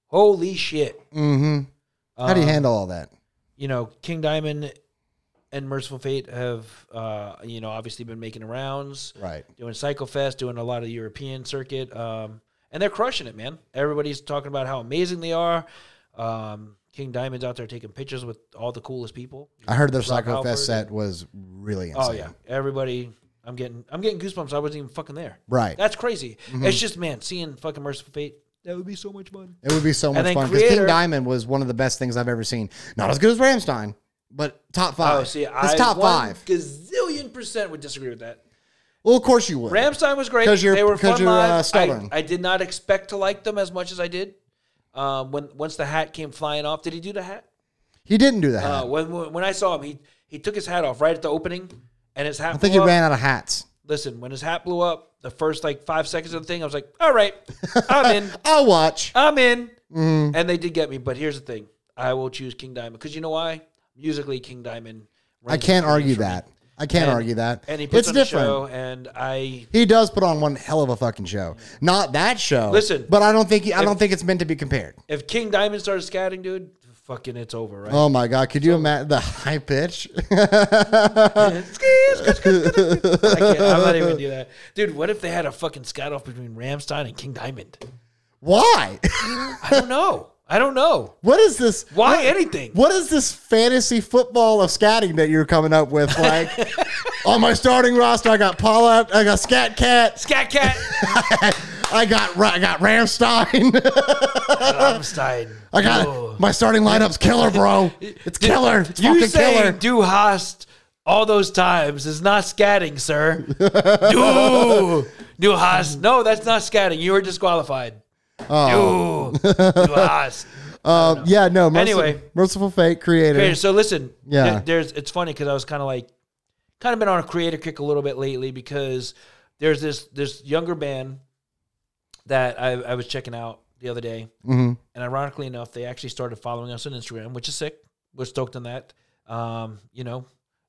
Speaker 2: holy shit!
Speaker 1: Mm-hmm. How do you
Speaker 2: Um,
Speaker 1: handle all that?
Speaker 2: you know, King Diamond and Merciful Fate have, uh, you know, obviously been making rounds,
Speaker 1: Right.
Speaker 2: doing Psycho Fest, doing a lot of European circuit, um, and they're crushing it, man. Everybody's talking about how amazing they are. Um, King Diamond's out there taking pictures with all the coolest people.
Speaker 1: I heard their
Speaker 2: Rob
Speaker 1: Psycho
Speaker 2: Halford.
Speaker 1: Fest set was really insane.
Speaker 2: Oh yeah, everybody. I'm getting, I'm getting goosebumps. I wasn't even fucking there.
Speaker 1: Right. Mm-hmm.
Speaker 2: That's crazy. It's just, man, seeing fucking Merciful Fate. That would be so much fun.
Speaker 1: It would be so much
Speaker 2: then
Speaker 1: fun because King
Speaker 2: Creator-
Speaker 1: Diamond was one of the best things I've ever seen. Not as good as Ramstein, but top five.
Speaker 2: Oh, see,
Speaker 1: it's
Speaker 2: I
Speaker 1: top
Speaker 2: one
Speaker 1: five.
Speaker 2: gazillion percent would disagree with that.
Speaker 1: Well, of course you would.
Speaker 2: Ramstein was great.
Speaker 1: 'Cause you're-
Speaker 2: they were
Speaker 1: 'cause
Speaker 2: fun
Speaker 1: you're, uh,
Speaker 2: live.
Speaker 1: stubborn.
Speaker 2: I, I did not expect to like them as much as I did. Um, when once the hat came flying off, did he do the hat?
Speaker 1: he didn't do that.
Speaker 2: Uh, when when when I saw him, he he took his hat off right at the opening, and his hat.
Speaker 1: I think he
Speaker 2: blew up.
Speaker 1: ran out of hats.
Speaker 2: Listen, when his hat blew up, the first like five seconds of the thing, I was like, "All right, I'm in,
Speaker 1: I'll watch.
Speaker 2: I'm in."
Speaker 1: Mm-hmm.
Speaker 2: And they did get me. But here's the thing: I will choose King Diamond because you know why? Musically, King Diamond.
Speaker 1: I
Speaker 2: reigns
Speaker 1: can't
Speaker 2: supreme
Speaker 1: argue
Speaker 2: for me.
Speaker 1: that. I can't
Speaker 2: And-
Speaker 1: argue that.
Speaker 2: And he puts
Speaker 1: it's
Speaker 2: on
Speaker 1: different.
Speaker 2: a show, and I
Speaker 1: He does put on one hell of a fucking show. Not that show.
Speaker 2: Listen.
Speaker 1: but I don't think he, I don't think it's meant to be compared.
Speaker 2: if King Diamond started scatting, dude, fucking, it's over, right?
Speaker 1: Oh my god, could you imagine the high pitch?
Speaker 2: I can't, I'm not even gonna do that, dude. What if they had a fucking scat off between Ramstein and King Diamond?
Speaker 1: Why?
Speaker 2: I don't know. I don't know
Speaker 1: what is this?
Speaker 2: why anything.
Speaker 1: What is this fantasy football of scatting that you're coming up with? Like on my starting roster, I got Paula, I got Scat Cat,
Speaker 2: Scat Cat,
Speaker 1: I got Ra- I got Ramstein,
Speaker 2: Ramstein.
Speaker 1: I got
Speaker 2: Oh.
Speaker 1: my starting lineup's killer, bro. It's killer. It's
Speaker 2: You
Speaker 1: fucking
Speaker 2: saying
Speaker 1: killer.
Speaker 2: "Du hast" all those times is not scatting, sir. du, du hast. No, that's not scatting. You were disqualified.
Speaker 1: Oh.
Speaker 2: Du, du hast.
Speaker 1: Um, yeah, no. Merciful,
Speaker 2: Anyway.
Speaker 1: merciful fate creator.
Speaker 2: Okay, so listen,
Speaker 1: Yeah.
Speaker 2: there- there's it's funny because I was kind of like, kind of been on a creative kick a little bit lately because there's this this younger band that I, I was checking out the other day,
Speaker 1: Mhm.
Speaker 2: and ironically enough, they actually started following us on Instagram, which is sick. We're stoked on that. Um, you know,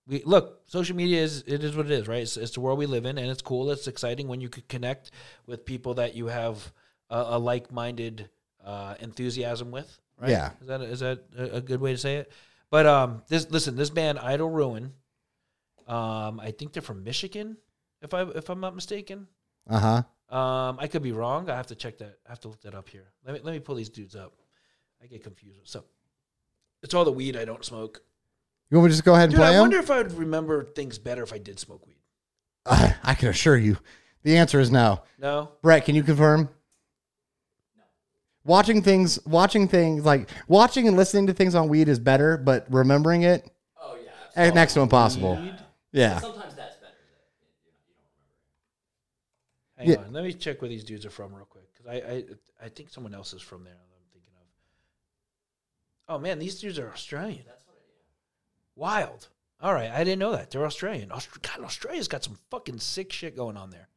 Speaker 2: we look social media is it is what it is, right? It's, it's the world we live in, and it's cool. It's exciting when you could connect with people that you have a, a like minded uh, enthusiasm with. Right?
Speaker 1: Yeah.
Speaker 2: Is that is that a, a good way to say it? But um, this listen, this band Idle Ruin. Um, I think they're from Michigan, if I if I'm not mistaken.
Speaker 1: Uh huh.
Speaker 2: Um, I could be wrong. I have to check that. I have to look that up here. Let me let me pull these dudes up. I get confused. So it's all the weed I don't smoke.
Speaker 1: You want me to just go ahead and
Speaker 2: Dude,
Speaker 1: play
Speaker 2: I
Speaker 1: them?
Speaker 2: wonder if I would remember things better if I did smoke weed.
Speaker 1: Uh, I can assure you, the answer is no.
Speaker 2: No,
Speaker 1: Brett, can you confirm? Watching things, watching things like watching and listening to things on weed is better, but remembering it
Speaker 3: Oh yeah.
Speaker 1: eh, next to impossible.
Speaker 2: weed.
Speaker 1: Yeah.
Speaker 3: Sometimes that's better.
Speaker 2: Hang
Speaker 1: Yeah.
Speaker 2: on. Let me check where these dudes are from real quick because I, I I think someone else is from there. that I'm thinking of. Oh man, these dudes are Australian. Wild. All right, I didn't know that they're Australian. Aust- God, Australia's got some fucking sick shit going on there.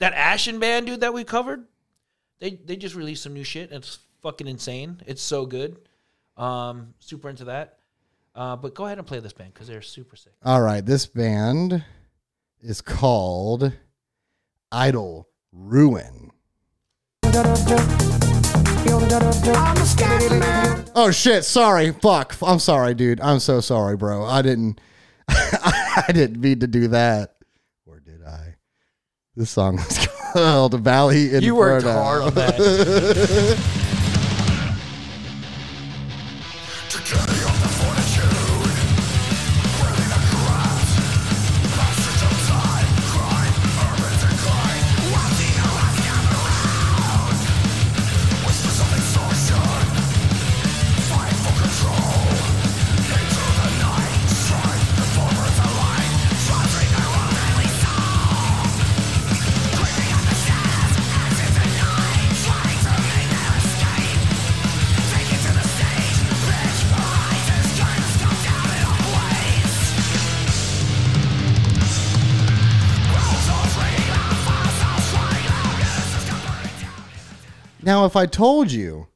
Speaker 2: That Ashen band dude that we covered, they they just released some new shit. And it's fucking insane. It's so good. Um, super into that. Uh, but go ahead and play this band because they're super sick.
Speaker 1: All right. This band is called Idol Ruin. Oh shit! Sorry. Fuck. I'm sorry, dude. I'm so sorry, bro. I didn't. I didn't mean to do that. Or did I? This song is called Valley Inferno.
Speaker 2: You worked
Speaker 1: uh,
Speaker 2: hard on that.
Speaker 1: Now, if I told you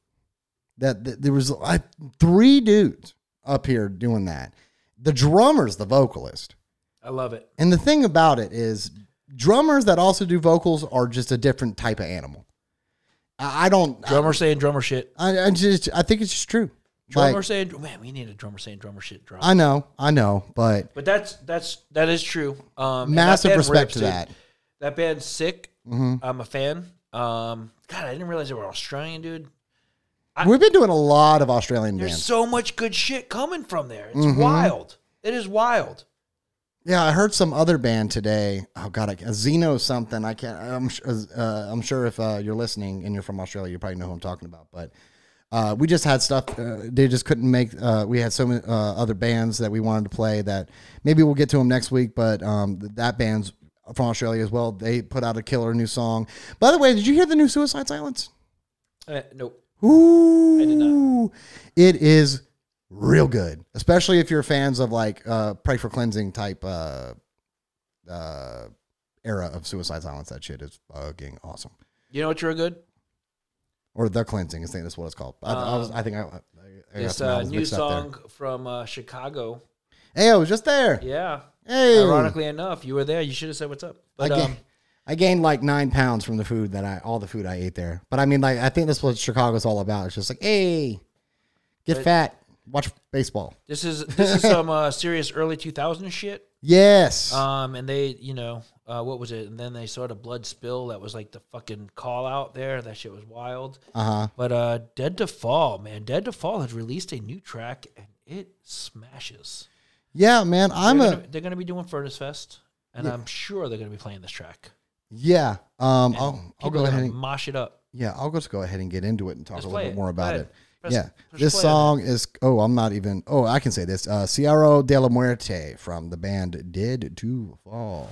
Speaker 1: that, that there was like three dudes up here doing that. The drummer's the vocalist.
Speaker 2: I love it.
Speaker 1: And the thing about it is, drummers that also do vocals are just a different type of animal. I I don't.
Speaker 2: Drummer saying drummer shit.
Speaker 1: I, I just. I think it's just true.
Speaker 2: Drummer
Speaker 1: Like,
Speaker 2: saying man, we need a drummer saying drummer shit drop.
Speaker 1: I know. I know. But
Speaker 2: but that's that's that is true. Um, and that
Speaker 1: massive
Speaker 2: band
Speaker 1: respect
Speaker 2: rips,
Speaker 1: to
Speaker 2: dude.
Speaker 1: that. Mm-hmm.
Speaker 2: That band's sick. I'm a fan. Um, God, I didn't realize they were Australian, dude. I-
Speaker 1: We've been doing a lot of Australian
Speaker 2: There's
Speaker 1: bands.
Speaker 2: so much good shit coming from there. It's
Speaker 1: Mm-hmm.
Speaker 2: wild. It is wild.
Speaker 1: Yeah, I heard some other band today. Oh God, I, a Zeno something. I can't. I'm su- uh, I'm sure if uh, you're listening and you're from Australia, you probably know who I'm talking about. But uh, we just had stuff. Uh, they just couldn't make. Uh, we had so many uh, other bands that we wanted to play. That maybe we'll get to them next week. But um, th- that band's from Australia as well. They put out a killer new song. By the way, did you hear the new Suicide Silence?
Speaker 2: Uh, nope.
Speaker 1: Ooh,
Speaker 2: did
Speaker 1: it is real good, especially if you're fans of like uh, pray for cleansing type uh, uh, era of Suicide Silence. That shit is fucking awesome.
Speaker 2: You know what you're good?
Speaker 1: Or the cleansing, I think that's what it's called. I, I, was, I think I, I got
Speaker 2: This
Speaker 1: some
Speaker 2: Um, uh,
Speaker 1: albums
Speaker 2: new
Speaker 1: mixed up there.
Speaker 2: song from uh, Chicago.
Speaker 1: Hey, I was just there.
Speaker 2: Yeah.
Speaker 1: Hey,
Speaker 2: Ironically enough, you were there. You should have said what's up.
Speaker 1: I,
Speaker 2: But
Speaker 1: ga-
Speaker 2: um,
Speaker 1: I gained like nine pounds from the food that I all the food I ate there. But I mean, like I think that's what Chicago's all about. It's just like, hey, get fat, watch baseball.
Speaker 2: this is this is some uh, serious early 2000s shit.
Speaker 1: Yes.
Speaker 2: Um, and they, you know, uh, what was it? And then they sort of blood spill. That was like the fucking call out there. That shit was wild.
Speaker 1: uh huh.
Speaker 2: But uh, Dead to Fall, man, Dead to Fall has released a new track and it smashes.
Speaker 1: Yeah, man. I'm
Speaker 2: they're
Speaker 1: a
Speaker 2: gonna, they're gonna be doing Furnace Fest, and I'm sure they're gonna be playing this track.
Speaker 1: yeah. Um, I'll I'll
Speaker 2: People
Speaker 1: go
Speaker 2: are
Speaker 1: ahead
Speaker 2: gonna
Speaker 1: and
Speaker 2: mosh it up.
Speaker 1: yeah, I'll just go ahead and get into it and talk
Speaker 2: Just
Speaker 1: a
Speaker 2: play
Speaker 1: little bit
Speaker 2: it.
Speaker 1: more
Speaker 2: Go
Speaker 1: about
Speaker 2: ahead.
Speaker 1: it.
Speaker 2: Press-
Speaker 1: yeah,
Speaker 2: press
Speaker 1: this
Speaker 2: play on
Speaker 1: song is oh, I'm not even oh, I can say this. Uh, Ciaro de la Muerte from the band Dead to Fall.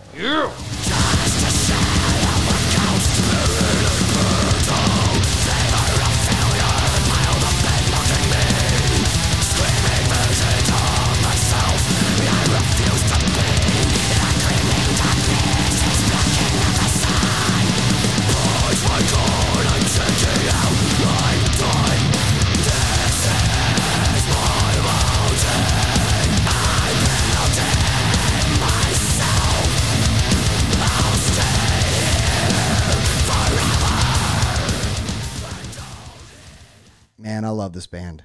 Speaker 1: Man, I love this band.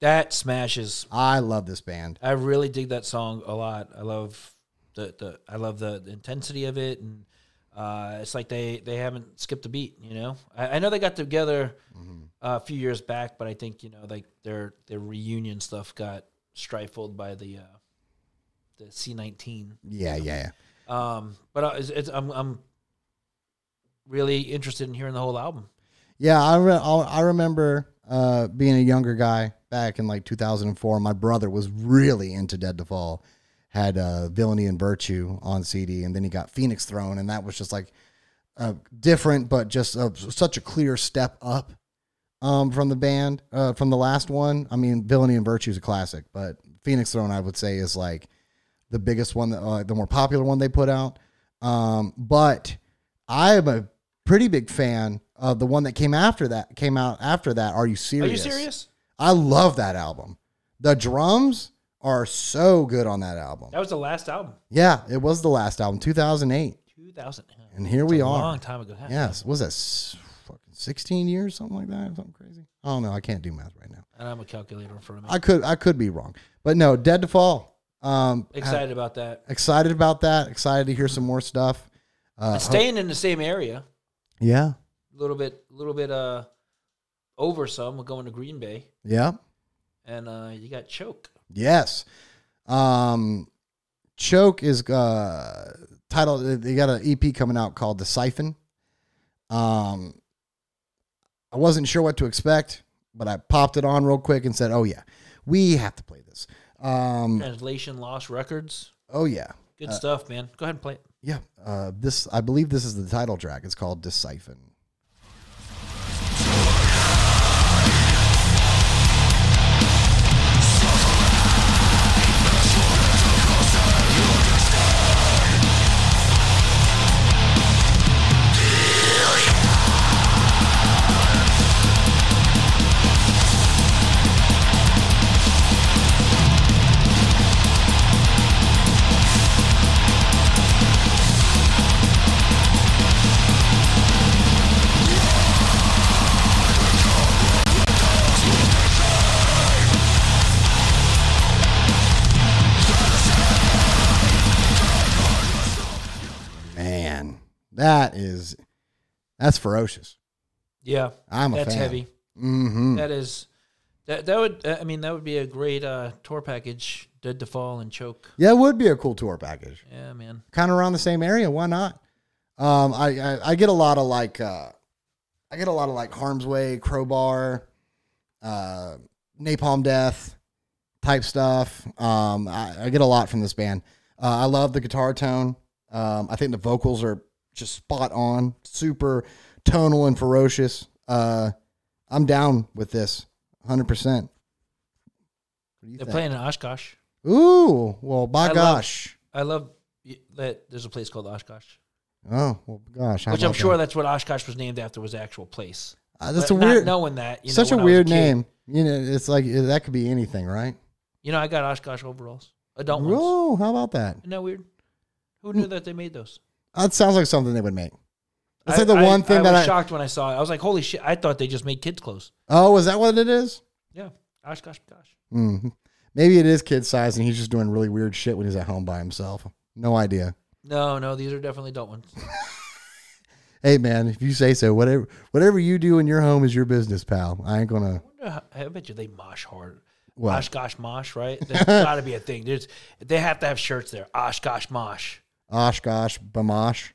Speaker 2: That smashes.
Speaker 1: I love this band.
Speaker 2: I really dig that song a lot. I love the, the I love the, the intensity of it, and uh, it's like they they haven't skipped a beat. You know, I, I know they got together
Speaker 1: Mm-hmm.
Speaker 2: uh, a few years back, but I think you know like their their reunion stuff got strifled by the uh, the C19.
Speaker 1: Yeah, yeah, yeah.
Speaker 2: Um, but I, it's, it's, I'm I'm really interested in hearing the whole album.
Speaker 1: Yeah, I re- I'll- I remember uh, being a younger guy back in like 2004. My brother was really into Dead to Fall, had uh, Villainy and Virtue on CD, and then he got Phoenix Throne, and that was just like uh, different, but just uh, such a clear step up um, from the band uh, from the last one. I mean, Villainy and Virtue is a classic, but Phoenix Throne I would say is like the biggest one, that, uh, the more popular one they put out. Um, but I am a pretty big fan of the one that came after that. Came out after that. Are you
Speaker 2: Are
Speaker 1: serious?
Speaker 2: you serious?
Speaker 1: I love that album. The drums are so good on that album.
Speaker 2: That was the last album,
Speaker 1: Yeah, it was the last album, 2008,
Speaker 2: 2000.
Speaker 1: and here we
Speaker 2: a
Speaker 1: are.
Speaker 2: long time ago.
Speaker 1: Yes, was that s- fucking 16 years, something like that, something crazy. I don't know. I can't do math right now.
Speaker 2: And I'm a calculator in front of me.
Speaker 1: I could I could be wrong, but no, Dead to Fall. Um,
Speaker 2: Excited about that.
Speaker 1: excited about that. Excited to hear some more stuff. Uh,
Speaker 2: Staying in the same area,
Speaker 1: yeah,
Speaker 2: a little bit, little bit uh, over some. We're going to Green Bay,
Speaker 1: yeah,
Speaker 2: and uh, you got Choke.
Speaker 1: yes. Um, Choke is uh title. They got an EP coming out called The Siphon. Um, I wasn't sure what to expect, but I popped it on real quick and said, "Oh yeah, we have to play this." Um,
Speaker 2: Translation Lost Records.
Speaker 1: oh yeah,
Speaker 2: Good stuff, man. Go ahead and play it.
Speaker 1: yeah. Uh, this I believe this is the title track. It's called Disiphon.
Speaker 3: Thank
Speaker 1: That is, that's ferocious.
Speaker 2: Yeah,
Speaker 1: I'm a
Speaker 2: that's
Speaker 1: fan.
Speaker 2: heavy.
Speaker 1: Mm-hmm.
Speaker 2: That is that that would uh, I mean that would be a great uh, tour package. Dead to fall and choke.
Speaker 1: Yeah, it would be a cool tour package.
Speaker 2: Yeah, man.
Speaker 1: kind of around the same area. Why not? Um, I, I I get a lot of like uh, I get a lot of like Harm's Way, Crowbar, uh, Napalm Death type stuff. Um, I, I get a lot from this band. Uh, I love the guitar tone. Um, I think the vocals are just spot on, super tonal and ferocious. Uh, I'm down with this, hundred percent.
Speaker 2: They're playing in Oshkosh.
Speaker 1: Ooh, well, by
Speaker 2: I love-
Speaker 1: gosh.
Speaker 2: I love y- that. There's a place called Oshkosh,
Speaker 1: Oh well, gosh! how
Speaker 2: which I'm
Speaker 1: about that?
Speaker 2: sure that's what Oshkosh was named after was the actual place.
Speaker 1: Uh, that's
Speaker 2: But
Speaker 1: a weird,
Speaker 2: Not knowing that. You know,
Speaker 1: such a
Speaker 2: when I was
Speaker 1: weird
Speaker 2: kid.
Speaker 1: name. You know, it's like uh, that could be anything, right?
Speaker 2: You know, I got Oshkosh overalls, adult ones.
Speaker 1: Whoa, how about that?
Speaker 2: Isn't that weird? Who knew that they made those?
Speaker 1: That sounds like something they would make. That's like the
Speaker 2: I- I-
Speaker 1: one thing
Speaker 2: I
Speaker 1: that
Speaker 2: was
Speaker 1: I.
Speaker 2: shocked when I saw it. I was like, "Holy shit!" I thought they just made kids clothes.
Speaker 1: Oh, is that what it is?
Speaker 2: Yeah, Oshkosh, gosh.
Speaker 1: Mm. Maybe it is kid size, and he's just doing really weird shit when he's at home by himself. No idea.
Speaker 2: No, no, these are definitely adult ones.
Speaker 1: Hey, man, if you say so, whatever whatever you do in your home is your business, pal. I ain't gonna.
Speaker 2: I bet you they mosh hard.
Speaker 1: What?
Speaker 2: Oshkosh mosh, right? There's got to be a thing. There's, they have to have shirts there. Oshkosh mosh.
Speaker 1: Oshkosh, Bamash.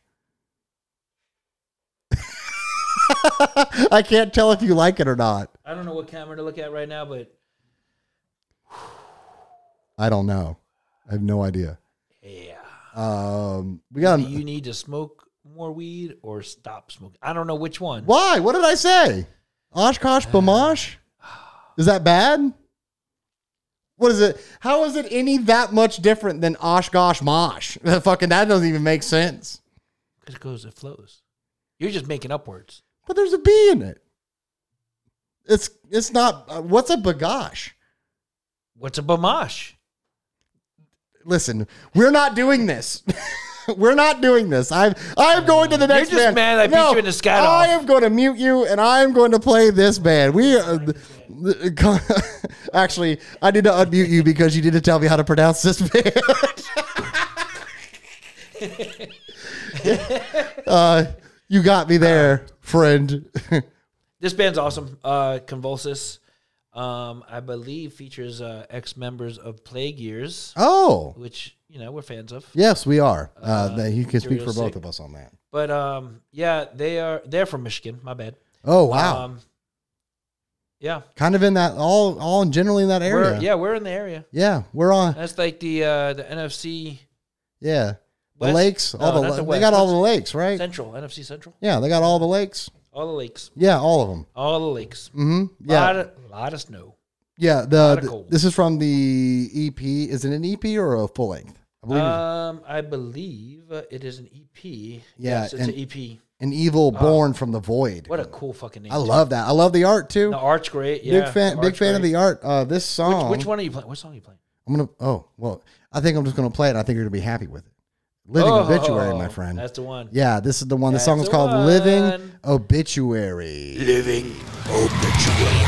Speaker 1: I can't tell if you like it or not.
Speaker 2: I don't know what camera to look at right now, but
Speaker 1: I don't know. I have no idea.
Speaker 2: yeah,
Speaker 1: Um, we got.
Speaker 2: you need to smoke more weed or stop smoking. I don't know which one.
Speaker 1: Why? What did I say? Oshkosh Bamash? Is that bad? What is it? How is it any that much different than Oshkosh Mosh? That fucking that doesn't even make sense.
Speaker 2: Because it goes, it flows. You're just making up words.
Speaker 1: But there's a B in it. It's it's not. Uh, what's a bagash?
Speaker 2: What's a bamash?
Speaker 1: Listen, we're not doing this. we're not doing this. I'm I'm going to the next
Speaker 2: just
Speaker 1: band.
Speaker 2: mad I beat you in the scat
Speaker 1: I
Speaker 2: off.
Speaker 1: am going to mute you, and I am going to play this band. We uh, th- th- con- actually, I need to unmute you because you didn't tell me how to pronounce this band. uh, you got me there, friend.
Speaker 2: This band's awesome. Uh, Convulsus, um, I believe, features uh, ex members of Plague Years,
Speaker 1: oh,
Speaker 2: which, you know, we're fans of.
Speaker 1: yes, we are. Uh, that you can speak
Speaker 2: Serial
Speaker 1: for both
Speaker 2: Sick.
Speaker 1: of us on that.
Speaker 2: But um, yeah, they are they're from Michigan. My bad.
Speaker 1: Oh wow,
Speaker 2: Um, yeah,
Speaker 1: kind of in that all all generally in that area.
Speaker 2: we're yeah we're in the area.
Speaker 1: Yeah, we're on.
Speaker 2: That's like the uh, the NFC
Speaker 1: Yeah, the
Speaker 2: West?
Speaker 1: lakes.
Speaker 2: No,
Speaker 1: All the,
Speaker 2: not
Speaker 1: la-
Speaker 2: the
Speaker 1: they
Speaker 2: West.
Speaker 1: got all the lakes, right?
Speaker 2: Central, NFC Central,
Speaker 1: Yeah, they got all the lakes.
Speaker 2: all the lakes,
Speaker 1: Yeah, all of them.
Speaker 2: all the lakes.
Speaker 1: Mm-hmm.
Speaker 2: Yeah, lot
Speaker 1: Yeah,
Speaker 2: of, lot of snow.
Speaker 1: yeah. The,
Speaker 2: of
Speaker 1: the-
Speaker 2: gold.
Speaker 1: this is from the EP. Is it an EP or a full length? I believe it's
Speaker 2: Um, I believe uh, it is an EP. Yeah, yes, it's
Speaker 1: and-
Speaker 2: an E EP.
Speaker 1: an evil born from the void.
Speaker 2: uh, What a cool fucking name!
Speaker 1: I love that. I love the art too.
Speaker 2: the art's great. Yeah,
Speaker 1: big fan. Big
Speaker 2: art's
Speaker 1: fan of
Speaker 2: great.
Speaker 1: the art. Uh, this song.
Speaker 2: Which one are you playing? What song are you playing?
Speaker 1: I'm gonna. Oh well, I think I'm just gonna play it. I think you're gonna be happy with it. Living obituary, my friend.
Speaker 2: Oh, That's the one.
Speaker 1: yeah, this is the one. The song is
Speaker 2: That's the
Speaker 1: called "Living
Speaker 2: one.
Speaker 1: Obituary."
Speaker 3: living obituary.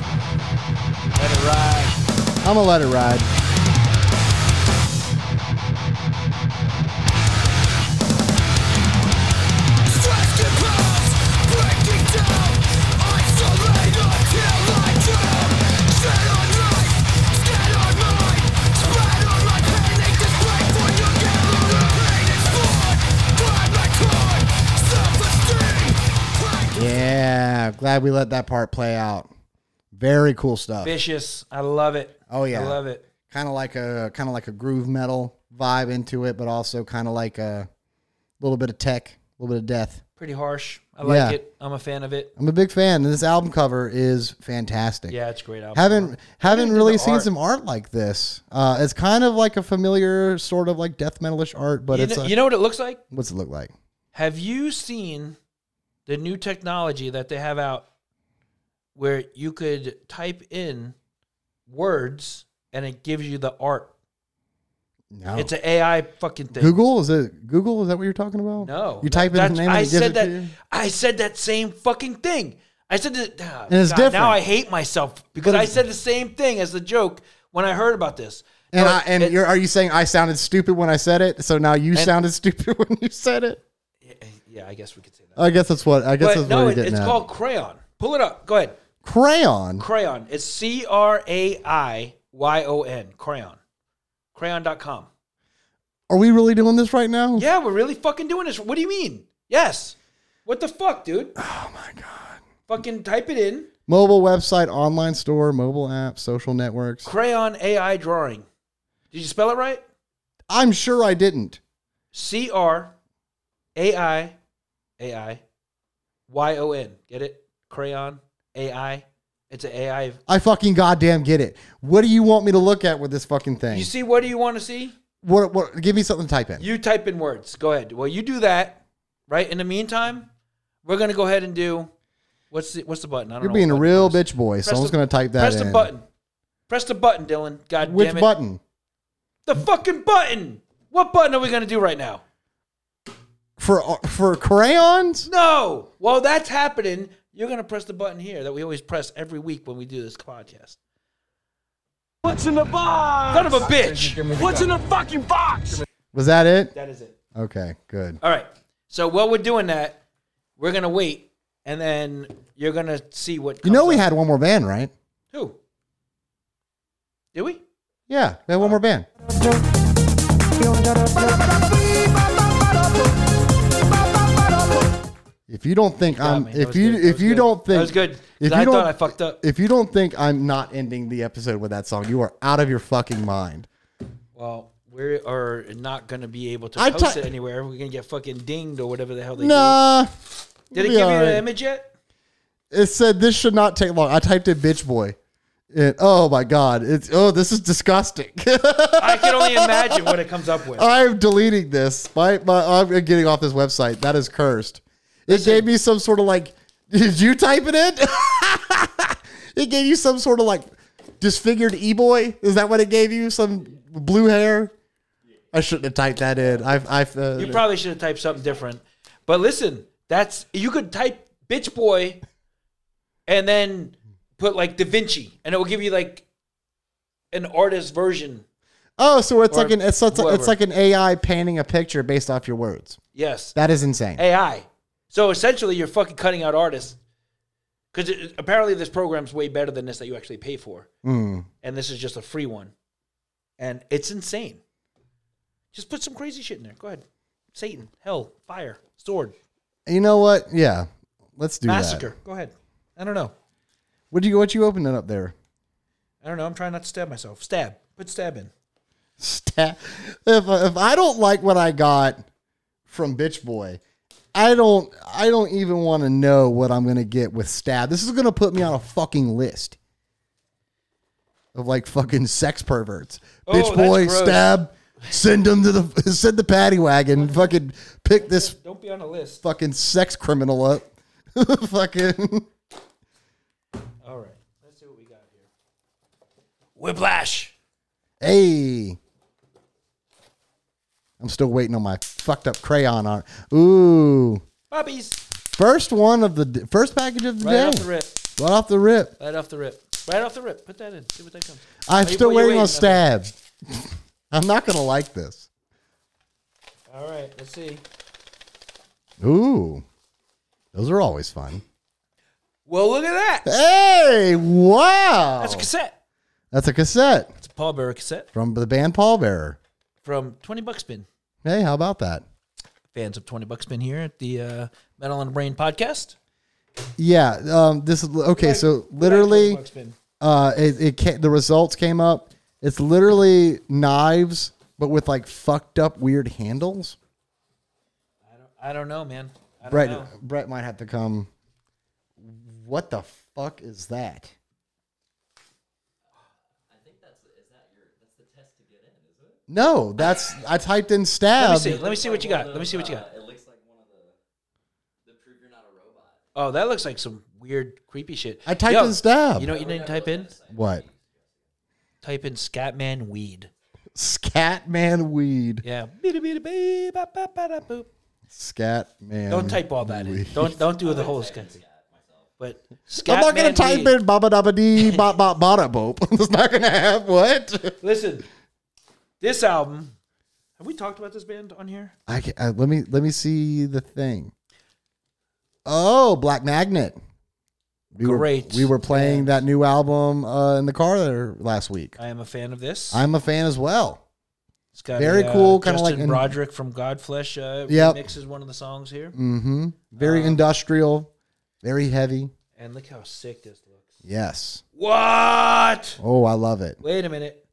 Speaker 2: Let it ride.
Speaker 1: I'm gonna let it ride. Yeah, glad we let that part play out. Very cool stuff.
Speaker 2: Vicious. I love it.
Speaker 1: Oh, yeah.
Speaker 2: I love it.
Speaker 1: Kind of like a kind of like a groove metal vibe into it, but also kind of like a little bit of tech, a little bit of death.
Speaker 2: Pretty harsh. I like
Speaker 1: Yeah.
Speaker 2: it. I'm a fan of it.
Speaker 1: I'm a big fan, and this album cover is fantastic.
Speaker 2: Yeah, it's a great album.
Speaker 1: haven't haven't
Speaker 2: did
Speaker 1: really
Speaker 2: the
Speaker 1: seen
Speaker 2: art.
Speaker 1: some art like this. Uh, it's kind of like a familiar sort of like death metalish art, but
Speaker 2: you,
Speaker 1: it's
Speaker 2: know,
Speaker 1: a,
Speaker 2: you know what it looks like?
Speaker 1: what's it look like?
Speaker 2: Have you seen the new technology that they have out where you could type in words and it gives you the art?
Speaker 1: No,
Speaker 2: It's an AI fucking thing.
Speaker 1: Oh. Google is it Google? Is that what you're talking about?
Speaker 2: No,
Speaker 1: you type in
Speaker 2: that's-
Speaker 1: his name. And
Speaker 2: I
Speaker 1: it gives
Speaker 2: said
Speaker 1: it
Speaker 2: that.
Speaker 1: to you?
Speaker 2: I said that same fucking thing. I said that. ah,
Speaker 1: And it's
Speaker 2: God,
Speaker 1: different.
Speaker 2: Now I hate myself because I said the same thing as the joke when I heard about this.
Speaker 1: And
Speaker 2: No,
Speaker 1: I, and
Speaker 2: it-
Speaker 1: you're, are you saying I sounded stupid when I said it? So now you sounded stupid when you said it.
Speaker 2: yeah, I guess we could say that.
Speaker 1: I guess that's what I guess
Speaker 2: But
Speaker 1: that's
Speaker 2: no,
Speaker 1: what
Speaker 2: it-
Speaker 1: you're getting
Speaker 2: it's
Speaker 1: at.
Speaker 2: called crayon. Pull it up. Go ahead.
Speaker 1: crayon.
Speaker 2: Crayon. It's C R A I Y O N. Crayon. Crayon.com.
Speaker 1: Are we really doing this right now?
Speaker 2: Yeah, we're really fucking doing this. What do you mean? Yes. What the fuck, dude?
Speaker 1: Oh my god!
Speaker 2: Fucking type it in.
Speaker 1: Mobile website, online store, mobile app, social networks.
Speaker 2: Crayon AI drawing. Did you spell it right?
Speaker 1: I'm sure I didn't.
Speaker 2: C R A I A I Y O N. Get it? Crayon AI. It's an AI.
Speaker 1: I fucking goddamn get it. What do you want me to look at with this fucking thing?
Speaker 2: You see, what do you want to see?
Speaker 1: What? What? Give me something to type in.
Speaker 2: You type in words. Go ahead. Well, you do that, right? In the meantime, we're gonna go ahead and do what's the what's the button? I don't
Speaker 1: You're
Speaker 2: know
Speaker 1: being a
Speaker 2: what
Speaker 1: real
Speaker 2: button it
Speaker 1: bitch boy.
Speaker 2: is.
Speaker 1: Someone's
Speaker 2: the-
Speaker 1: gonna type that
Speaker 2: Press
Speaker 1: in.
Speaker 2: the button. Press the button, Dylan. God
Speaker 1: Which
Speaker 2: damn it.
Speaker 1: button?
Speaker 2: The fucking button. What button are we gonna do right now?
Speaker 1: For uh, for crayons?
Speaker 2: No. Well, that's happening. You're gonna press the button here that we always press every week when we do this podcast.
Speaker 3: What's in the box?
Speaker 2: Son of a bitch.
Speaker 3: What's in the fucking box?
Speaker 1: Was that it?
Speaker 2: That is it.
Speaker 1: Okay, good.
Speaker 2: All right. So while we're doing that, we're gonna wait, and then you're gonna see what.
Speaker 1: You
Speaker 2: comes
Speaker 1: know we
Speaker 2: up.
Speaker 1: had one more band, right?
Speaker 2: who? Did we?
Speaker 1: Yeah, we had one more band. If you don't think
Speaker 2: Got
Speaker 1: I'm,
Speaker 2: me. That
Speaker 1: if
Speaker 2: was
Speaker 1: you
Speaker 2: good. That
Speaker 1: if
Speaker 2: was
Speaker 1: you
Speaker 2: good.
Speaker 1: don't think
Speaker 2: that was good, 'Cause
Speaker 1: if you
Speaker 2: I
Speaker 1: don't-
Speaker 2: thought I fucked up.
Speaker 1: if you don't think I'm not ending the episode with that song, you are out of your fucking mind.
Speaker 2: Well, we are not gonna be able to
Speaker 1: I
Speaker 2: post
Speaker 1: ti-
Speaker 2: it anywhere. We're gonna get fucking dinged or whatever the hell they
Speaker 1: Nah.
Speaker 2: do. Did it
Speaker 1: be
Speaker 2: give you
Speaker 1: alright.
Speaker 2: an image yet?
Speaker 1: It said this should not take long. I typed in bitch boy. And oh my god, it's oh this is disgusting.
Speaker 2: I can only imagine what it comes up with.
Speaker 1: I'm deleting this. My, my I'm getting off this website. That is cursed. It gave me some sort of like did you type it in? it gave you some sort of like disfigured e-boy. Is that what it gave you? Some blue hair? I shouldn't have typed that in. I've I've uh,
Speaker 2: You probably should have typed something different. But listen, that's you could type bitch boy and then put like Da Vinci and it will give you like an artist version.
Speaker 1: Oh, so it's
Speaker 2: or
Speaker 1: like an it's it's,
Speaker 2: whoever.
Speaker 1: it's like an AI painting a picture based off your words.
Speaker 2: Yes.
Speaker 1: That is insane.
Speaker 2: AI. So essentially you're fucking cutting out artists. Cuz apparently this program's way better than this that you actually pay for.
Speaker 1: Mm.
Speaker 2: And this is just a free one. And it's insane. Just put some crazy shit in there. Go ahead. Satan, hell, fire, sword,
Speaker 1: You know what? Yeah, let's do
Speaker 2: massacre.
Speaker 1: that.
Speaker 2: Go ahead. I don't know.
Speaker 1: What do you what you opening up there?
Speaker 2: I don't know. I'm trying not to stab myself. Stab. Put stab in.
Speaker 1: Stat. If if I don't like what I got from Bitch Boy, I don't I don't even want to know what I'm gonna get with Stab. This is gonna put me on a fucking list of like fucking sex perverts. bitch
Speaker 2: Oh, that's
Speaker 1: Boy,
Speaker 2: gross.
Speaker 1: Stab, send them to the send the paddy wagon. Fucking pick this
Speaker 2: Don't be on a list.
Speaker 1: fucking sex criminal up. fucking.
Speaker 2: All right. Let's see what we got here. Whiplash.
Speaker 1: Hey. I'm still waiting on my fucked up crayon art. Ooh.
Speaker 2: Puppies.
Speaker 1: First one of the d- first package of the
Speaker 2: Right
Speaker 1: day.
Speaker 2: off the rip.
Speaker 1: Right off the rip.
Speaker 2: Right off the rip. Right off the rip. Put that in. See what that comes.
Speaker 1: I'm
Speaker 2: Are you-
Speaker 1: still
Speaker 2: what are you
Speaker 1: waiting on
Speaker 2: waiting on?
Speaker 1: stab. I'm not gonna like this.
Speaker 2: All right. Let's see.
Speaker 1: Ooh. Those are always fun.
Speaker 2: Well, look at that.
Speaker 1: Hey, wow.
Speaker 2: That's a cassette.
Speaker 1: That's a cassette
Speaker 2: It's a Paul Bearer cassette
Speaker 1: from the band Pallbearer.
Speaker 2: from 20 Buckspin.
Speaker 1: Hey, how about that?
Speaker 2: Fans of 20 Buckspin here at the uh, Metal on the Brain podcast.
Speaker 1: Yeah, um, this is okay. So literally,
Speaker 2: Like 20 Buckspin.
Speaker 1: uh, it, it ca the results came up. It's literally knives, but with like fucked up weird handles.
Speaker 2: I don't, I don't know, man. I don't
Speaker 1: Brett
Speaker 2: know.
Speaker 1: Brett might have to come. What the fuck is that? No, that's I typed in
Speaker 2: Let me
Speaker 1: stab.
Speaker 2: see. Let me see what you got. Let me see what you got.
Speaker 4: It looks like one of the the prove you're not a robot.
Speaker 2: Oh, that looks like some weird, creepy shit.
Speaker 1: I typed
Speaker 2: Yo,
Speaker 1: in stab.
Speaker 2: You know what you didn't type in?
Speaker 1: what?
Speaker 2: Type in Scatman Weed.
Speaker 1: Scatman weed.
Speaker 2: Yeah. Beep, beep, beep, ba, ba, ba, da, boop.
Speaker 1: Scatman.
Speaker 2: Don't type all that in. Don't don't do the whole scat. But
Speaker 1: I'm not gonna
Speaker 2: Scatman
Speaker 1: type
Speaker 2: Weed.
Speaker 1: in baba daba dee bop bop bada boop. It's not gonna have what.
Speaker 2: Listen, this album. Have we talked about this band on here?
Speaker 1: I, ca- uh, let me let me see the thing. Oh, Black Magnet. We
Speaker 2: Great
Speaker 1: Were, we were playing that new album uh, in the car there last week.
Speaker 2: I am a fan of this.
Speaker 1: I'm a fan as well.
Speaker 2: It's got
Speaker 1: very
Speaker 2: a, uh,
Speaker 1: cool, kinda
Speaker 2: Justin
Speaker 1: like an-
Speaker 2: Broderick from Godflesh. Uh,
Speaker 1: Yep.
Speaker 2: mixes one of the songs here,
Speaker 1: Mm-hmm. Very
Speaker 2: Uh-huh.
Speaker 1: industrial, very heavy.
Speaker 2: and look how sick this looks.
Speaker 1: Yes.
Speaker 2: What?
Speaker 1: Oh, I love it.
Speaker 2: Wait a minute.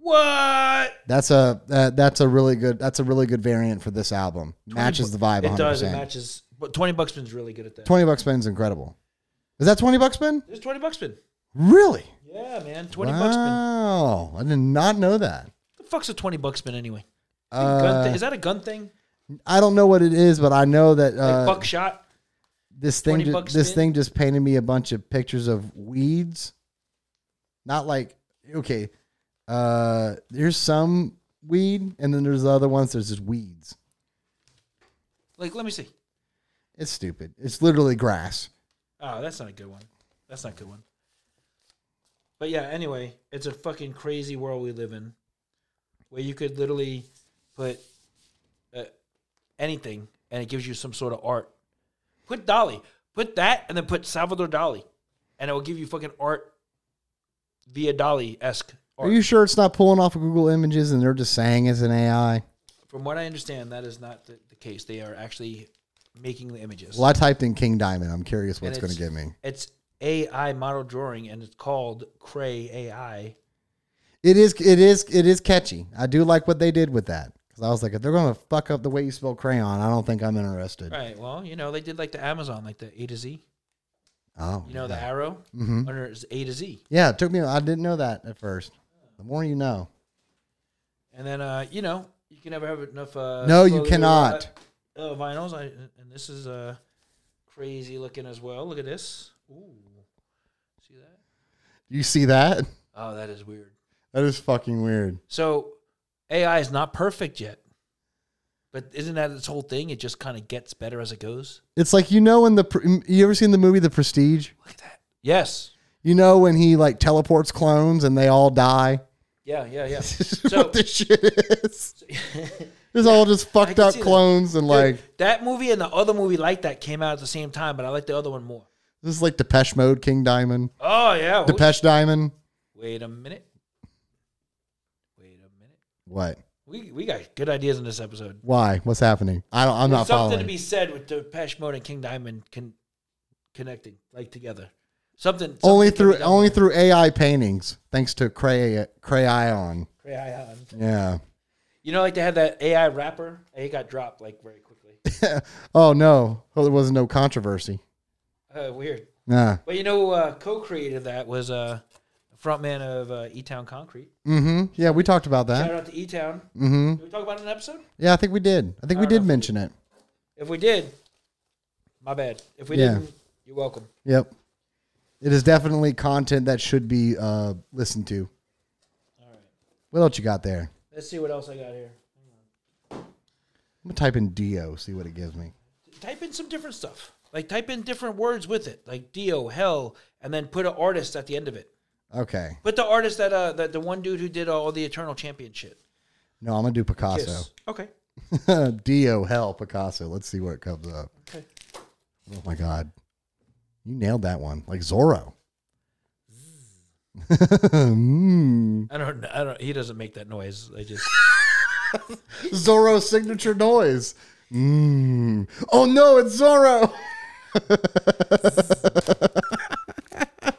Speaker 2: What?
Speaker 1: That's a uh, that's a really good that's a really good variant for this album. Matches the vibe. 100%.
Speaker 2: It does. It matches. But Twenty Bucksman's really good at that.
Speaker 1: Twenty bucks spin's incredible. Is that twenty bucks spin?
Speaker 2: There's Twenty Bucksman.
Speaker 1: Really?
Speaker 2: Yeah, man. Twenty Bucksman.
Speaker 1: wow. I did not know that.
Speaker 2: What the fuck's a Twenty Bucksman anyway?
Speaker 1: Uh,
Speaker 2: Gun thi- is that a gun thing?
Speaker 1: I don't know what it is, but I know that
Speaker 2: Like
Speaker 1: uh,
Speaker 2: buckshot?
Speaker 1: this thing
Speaker 2: 20
Speaker 1: ju-
Speaker 2: bucks
Speaker 1: this
Speaker 2: in?
Speaker 1: thing just painted me a bunch of pictures of weeds. Not like okay, uh, there's some weed, and then there's the other ones. There's just weeds.
Speaker 2: Like, let me see.
Speaker 1: It's stupid. It's literally grass.
Speaker 2: Oh, that's not a good one. That's not a good one. But yeah, anyway, it's a fucking crazy world we live in, where you could literally put uh, anything and it gives you some sort of art. Put Dali, put that, and then put Salvador Dali, and it will give you fucking art via Dali esque
Speaker 1: Are
Speaker 2: art.
Speaker 1: you sure it's not pulling off of Google Images and they're just saying it's an AI?
Speaker 2: From what I understand, that is not the, the case. They are actually making the images.
Speaker 1: Well, I typed in King Diamond. I'm curious what
Speaker 2: And
Speaker 1: it's going to
Speaker 2: it's-
Speaker 1: give me.
Speaker 2: It's AI model drawing, and it's called Cray AI.
Speaker 1: It is it is it is catchy. I do like what they did with that because I was like, if they're going to fuck up the way you spell crayon, I don't think I'm interested.
Speaker 2: Right. Well, you know, they did like the Amazon, like the A to Z.
Speaker 1: Oh,
Speaker 2: You know, the arrow
Speaker 1: Mhm.
Speaker 2: under is A to Z.
Speaker 1: Yeah, it took me. I didn't know that at first. The more you know.
Speaker 2: And then, uh, you know, you can never have enough. Uh,
Speaker 1: No, you
Speaker 2: slowly
Speaker 1: cannot.
Speaker 2: roll out, Uh, vinyls. I, and this is uh, crazy looking as well. Look at this. Ooh. See that?
Speaker 1: You see that?
Speaker 2: Oh, that is weird.
Speaker 1: That is fucking weird.
Speaker 2: So AI is not perfect yet. But isn't that its whole thing? It just kind of gets better as it goes.
Speaker 1: It's like you know in the pr- you ever seen the movie The Prestige?
Speaker 2: Look at that. Yes.
Speaker 1: You know when he like teleports clones and they all die.
Speaker 2: Yeah, yeah, yeah.
Speaker 1: This is
Speaker 2: So-
Speaker 1: what this shit is. It's all just fucked
Speaker 2: can
Speaker 1: up
Speaker 2: see that.
Speaker 1: clones and like
Speaker 2: that movie and the other movie like that came out at the same time, but I like the other one more.
Speaker 1: this is like Depeche Mode, King Diamond,
Speaker 2: Oh yeah. Oh,
Speaker 1: Depeche Diamond.
Speaker 2: Wait a minute. Wait a minute.
Speaker 1: What?
Speaker 2: We we got good ideas in this episode.
Speaker 1: Why? What's happening? I don't, I'm not
Speaker 2: There's something
Speaker 1: following.
Speaker 2: to be said with Depeche Mode and King Diamond con- connecting like together. Something, something
Speaker 1: only
Speaker 2: can
Speaker 1: through
Speaker 2: be done
Speaker 1: only
Speaker 2: there.
Speaker 1: through AI paintings, thanks to Cray Crayon.
Speaker 2: AI.
Speaker 1: Yeah.
Speaker 2: You know, like they had that AI rapper. It got dropped like very quickly.
Speaker 1: Oh no! Well, there wasn't no controversy.
Speaker 2: Uh, weird.
Speaker 1: Nah.
Speaker 2: But you know, uh, co-created that was uh, frontman of uh, E Town Concrete.
Speaker 1: Mm-hmm. Yeah, we talked about
Speaker 2: Shout
Speaker 1: that.
Speaker 2: out to E Town.
Speaker 1: Mm-hmm.
Speaker 2: Did we talk about it in an episode?
Speaker 1: Yeah, I think we did. I think we
Speaker 2: don't know if
Speaker 1: did
Speaker 2: we
Speaker 1: mention it.
Speaker 2: If we did, my bad. If we
Speaker 1: Yeah.
Speaker 2: didn't, you're welcome.
Speaker 1: Yep. It is definitely content that should be uh, listened to.
Speaker 2: All right.
Speaker 1: What else you got there?
Speaker 2: Let's see what else I got here.
Speaker 1: I'm gonna type in Dio, see what it gives me.
Speaker 2: type in some different stuff. Like type in different words with it, like Dio, hell, and then put an artist at the end of it.
Speaker 1: Okay.
Speaker 2: Put the artist that uh that the one dude who did all the Eternal Championship.
Speaker 1: No, I'm gonna do
Speaker 2: Yes.
Speaker 1: Picasso.
Speaker 2: Okay.
Speaker 1: Dio, hell, Picasso. Let's see what comes up.
Speaker 2: Okay.
Speaker 1: Oh my God, you nailed that one, like Zorro. Mm.
Speaker 2: I don't. I don't. He doesn't make that noise. I just.
Speaker 1: Zorro's signature noise. Mm. Oh no, it's Zorro.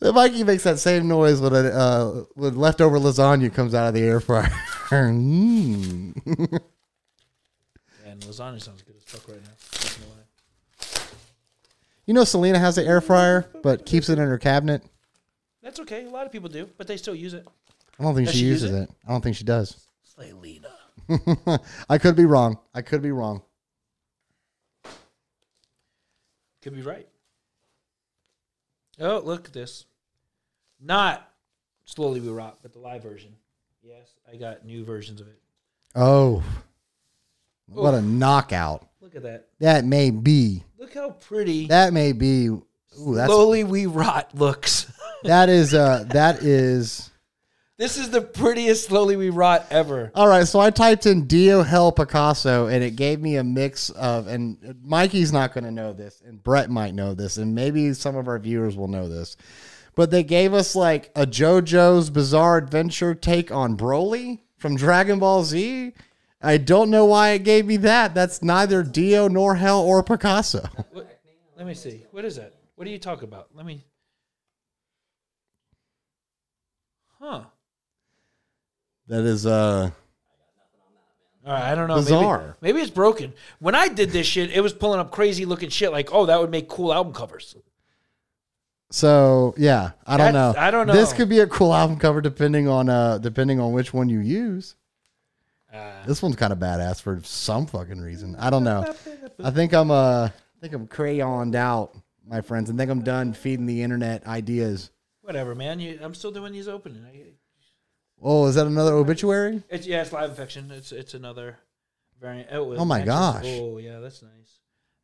Speaker 1: Mikey makes that same noise when a uh, when leftover lasagna comes out of the air fryer. Mm.
Speaker 2: And lasagna sounds good as fuck right now.
Speaker 1: You know, Selena has an air fryer, but keeps it in her cabinet.
Speaker 2: That's okay. A lot of people do, but they still use it.
Speaker 1: I don't think
Speaker 2: Does
Speaker 1: she,
Speaker 2: she use
Speaker 1: uses it? I don't think she does.
Speaker 2: Selena.
Speaker 1: I could be wrong. I could be wrong.
Speaker 2: Could be right. Oh, look at this. Not slowly we rock, but the live version. Yes, I got new versions of it.
Speaker 1: Oh, what a knockout!
Speaker 2: Look at that.
Speaker 1: That may be.
Speaker 2: Look how pretty
Speaker 1: That may be. Ooh, that's
Speaker 2: slowly we rot looks.
Speaker 1: that is uh that is.
Speaker 2: this is the prettiest slowly we rot ever.
Speaker 1: All right, so I typed in Dio Hell Picasso and it gave me a mix of and Mikey's not going to know this and Brett might know this and maybe some of our viewers will know this. But they gave us like a JoJo's Bizarre Adventure take on Broly from Dragon Ball Z. I don't know why it gave me that. That's neither Dio nor Hell or Picasso.
Speaker 2: Let me see. What is that? What are you talking about? Let me. Huh.
Speaker 1: That is uh
Speaker 2: All right, I don't know.
Speaker 1: Bizarre.
Speaker 2: Maybe, maybe it's broken. When I did this shit, it was pulling up crazy looking shit like, oh, that would make cool album covers.
Speaker 1: so yeah, I don't
Speaker 2: That's-
Speaker 1: know.
Speaker 2: I don't know.
Speaker 1: This could be a cool album cover depending on uh depending on which one you use.
Speaker 2: Uh,
Speaker 1: This one's kind of badass for some fucking reason. I don't know. I think I'm uh, I think I'm crayoned out, my friends, and think I'm done feeding the internet ideas.
Speaker 2: whatever, man. You, I'm still doing these opening. I,
Speaker 1: Oh, is that another obituary?
Speaker 2: it's yeah, it's live infection. It's it's another variant. Oh,
Speaker 1: Oh my
Speaker 2: infections.
Speaker 1: gosh.
Speaker 2: Oh yeah, that's nice.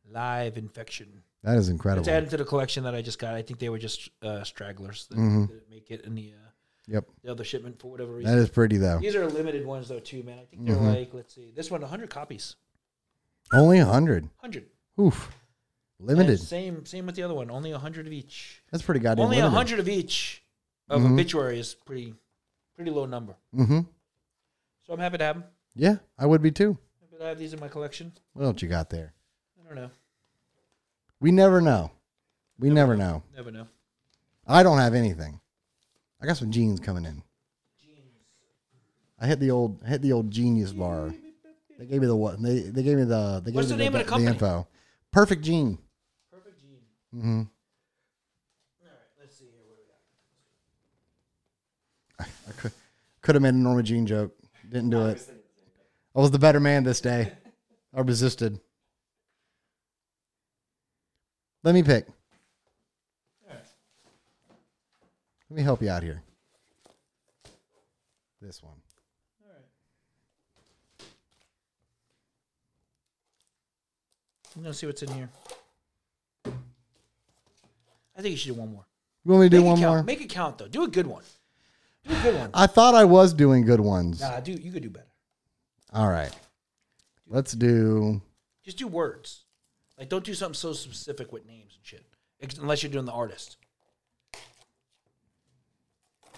Speaker 2: Live infection.
Speaker 1: That is
Speaker 2: It's
Speaker 1: incredible.
Speaker 2: added to the collection that I just got. I think they were just uh, stragglers that didn't make it in the uh,
Speaker 1: Yep,
Speaker 2: the other shipment for whatever reason.
Speaker 1: Mm-hmm. that Mm-hmm. is pretty though.
Speaker 2: These are limited ones though too, man. I think they're like let's see, this one 100 copies,
Speaker 1: Only hundred.
Speaker 2: 100.
Speaker 1: Oof,
Speaker 2: And
Speaker 1: limited.
Speaker 2: same same with the other one, only 100 of each.
Speaker 1: That's pretty goddamn.
Speaker 2: Only
Speaker 1: limited.
Speaker 2: 100 of each of obituary is pretty pretty low number.
Speaker 1: Mm-hmm.
Speaker 2: So I'm happy to have them.
Speaker 1: Yeah, I would be too.
Speaker 2: Happy to have these in my collection.
Speaker 1: What else you got there?
Speaker 2: I don't know.
Speaker 1: We never know. We never know.
Speaker 2: Never know.
Speaker 1: I don't have anything. I got some jeans coming in. I hit the old I hit the old genius bar. They gave me the what they they gave me the they gave
Speaker 2: What's
Speaker 1: me
Speaker 2: the name of the company?
Speaker 1: info. Perfect Gene.
Speaker 2: Perfect gene.
Speaker 1: hmm
Speaker 2: All right, let's see here. What do we got?
Speaker 1: I could could have made a Norma Jean joke. Didn't do it. I was the better man this day. I resisted. Let me pick. Let me help you out here. This one.
Speaker 2: I'm gonna see what's in here. I think you should do one more.
Speaker 1: You want me to do
Speaker 2: Make it
Speaker 1: one
Speaker 2: count.
Speaker 1: more?
Speaker 2: Make it count though. Do a good one. Do a good one.
Speaker 1: I thought I was doing good ones.
Speaker 2: nah, do you could do better.
Speaker 1: All right. Let's do.
Speaker 2: Just do words. Like don't do something so specific with names and shit. Ex- Unless you're doing the artist.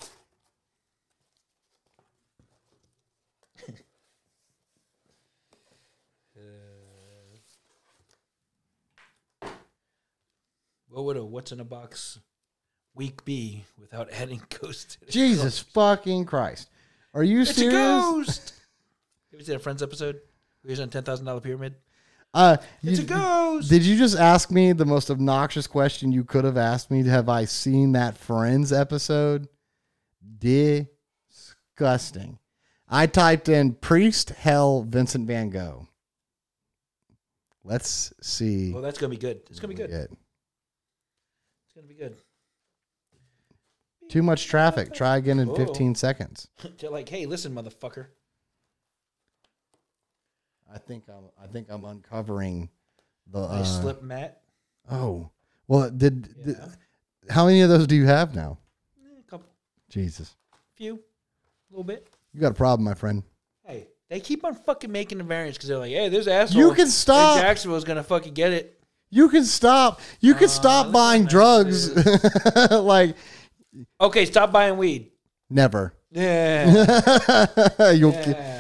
Speaker 2: What would a what's in a box week be without adding ghost? to it?
Speaker 1: Jesus fucking Christ. Are you
Speaker 2: It's a
Speaker 1: serious?
Speaker 2: ghost. Have you seen a Friends episode? Who's on ten thousand dollar pyramid?
Speaker 1: Uh,
Speaker 2: It's
Speaker 1: you-
Speaker 2: a ghost.
Speaker 1: Did you just ask me the most obnoxious question you could have asked me? Have I seen that Friends episode? Disgusting. I typed in priest, hell, Vincent Van Gogh. Let's see.
Speaker 2: well, that's gonna be good. It's gonna be good.
Speaker 1: it.
Speaker 2: It's gonna be good.
Speaker 1: Too much traffic. Try again in
Speaker 2: Oh.
Speaker 1: 15 seconds.
Speaker 2: They're like, hey, listen, motherfucker.
Speaker 1: I think I'm. I think I'm uncovering the.
Speaker 2: I
Speaker 1: Uh,
Speaker 2: slip Matt.
Speaker 1: Oh, well, did, did-
Speaker 2: Yeah.
Speaker 1: how many of those do you have now?
Speaker 2: Eh, A couple,
Speaker 1: Jesus,
Speaker 2: few, a little bit.
Speaker 1: you got a problem, my friend.
Speaker 2: Hey, they keep on fucking making the variants because they're like, hey, this asshole.
Speaker 1: You can stop.
Speaker 2: in Jacksonville's gonna fucking get it.
Speaker 1: You can stop. You
Speaker 2: Uh,
Speaker 1: can stop
Speaker 2: look
Speaker 1: buying
Speaker 2: at that,
Speaker 1: drugs. like
Speaker 2: Okay, stop buying weed.
Speaker 1: never.
Speaker 2: Yeah.
Speaker 1: You'll. ki-
Speaker 2: Yeah.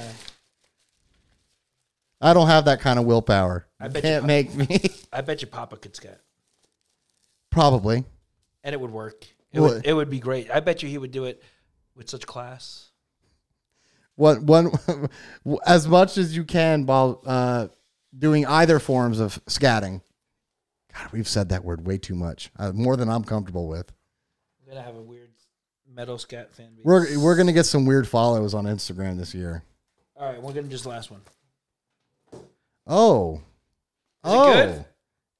Speaker 1: I don't have that kind of willpower.
Speaker 2: I
Speaker 1: You
Speaker 2: bet you
Speaker 1: can't
Speaker 2: I-
Speaker 1: make me.
Speaker 2: I bet your Papa could scat,
Speaker 1: Probably.
Speaker 2: and it would work. It
Speaker 1: Would.
Speaker 2: would, it would be great. I bet you he would do it with such class.
Speaker 1: What one? as much as you can while uh, doing either forms of scatting. God, we've said that word way too much, uh, more than I'm comfortable with.
Speaker 2: I'm gonna have a weird metal scat fan. base.
Speaker 1: We're we're gonna get some weird follows on Instagram this year.
Speaker 2: All right, we're gonna just last one.
Speaker 1: Oh,
Speaker 2: Is it good?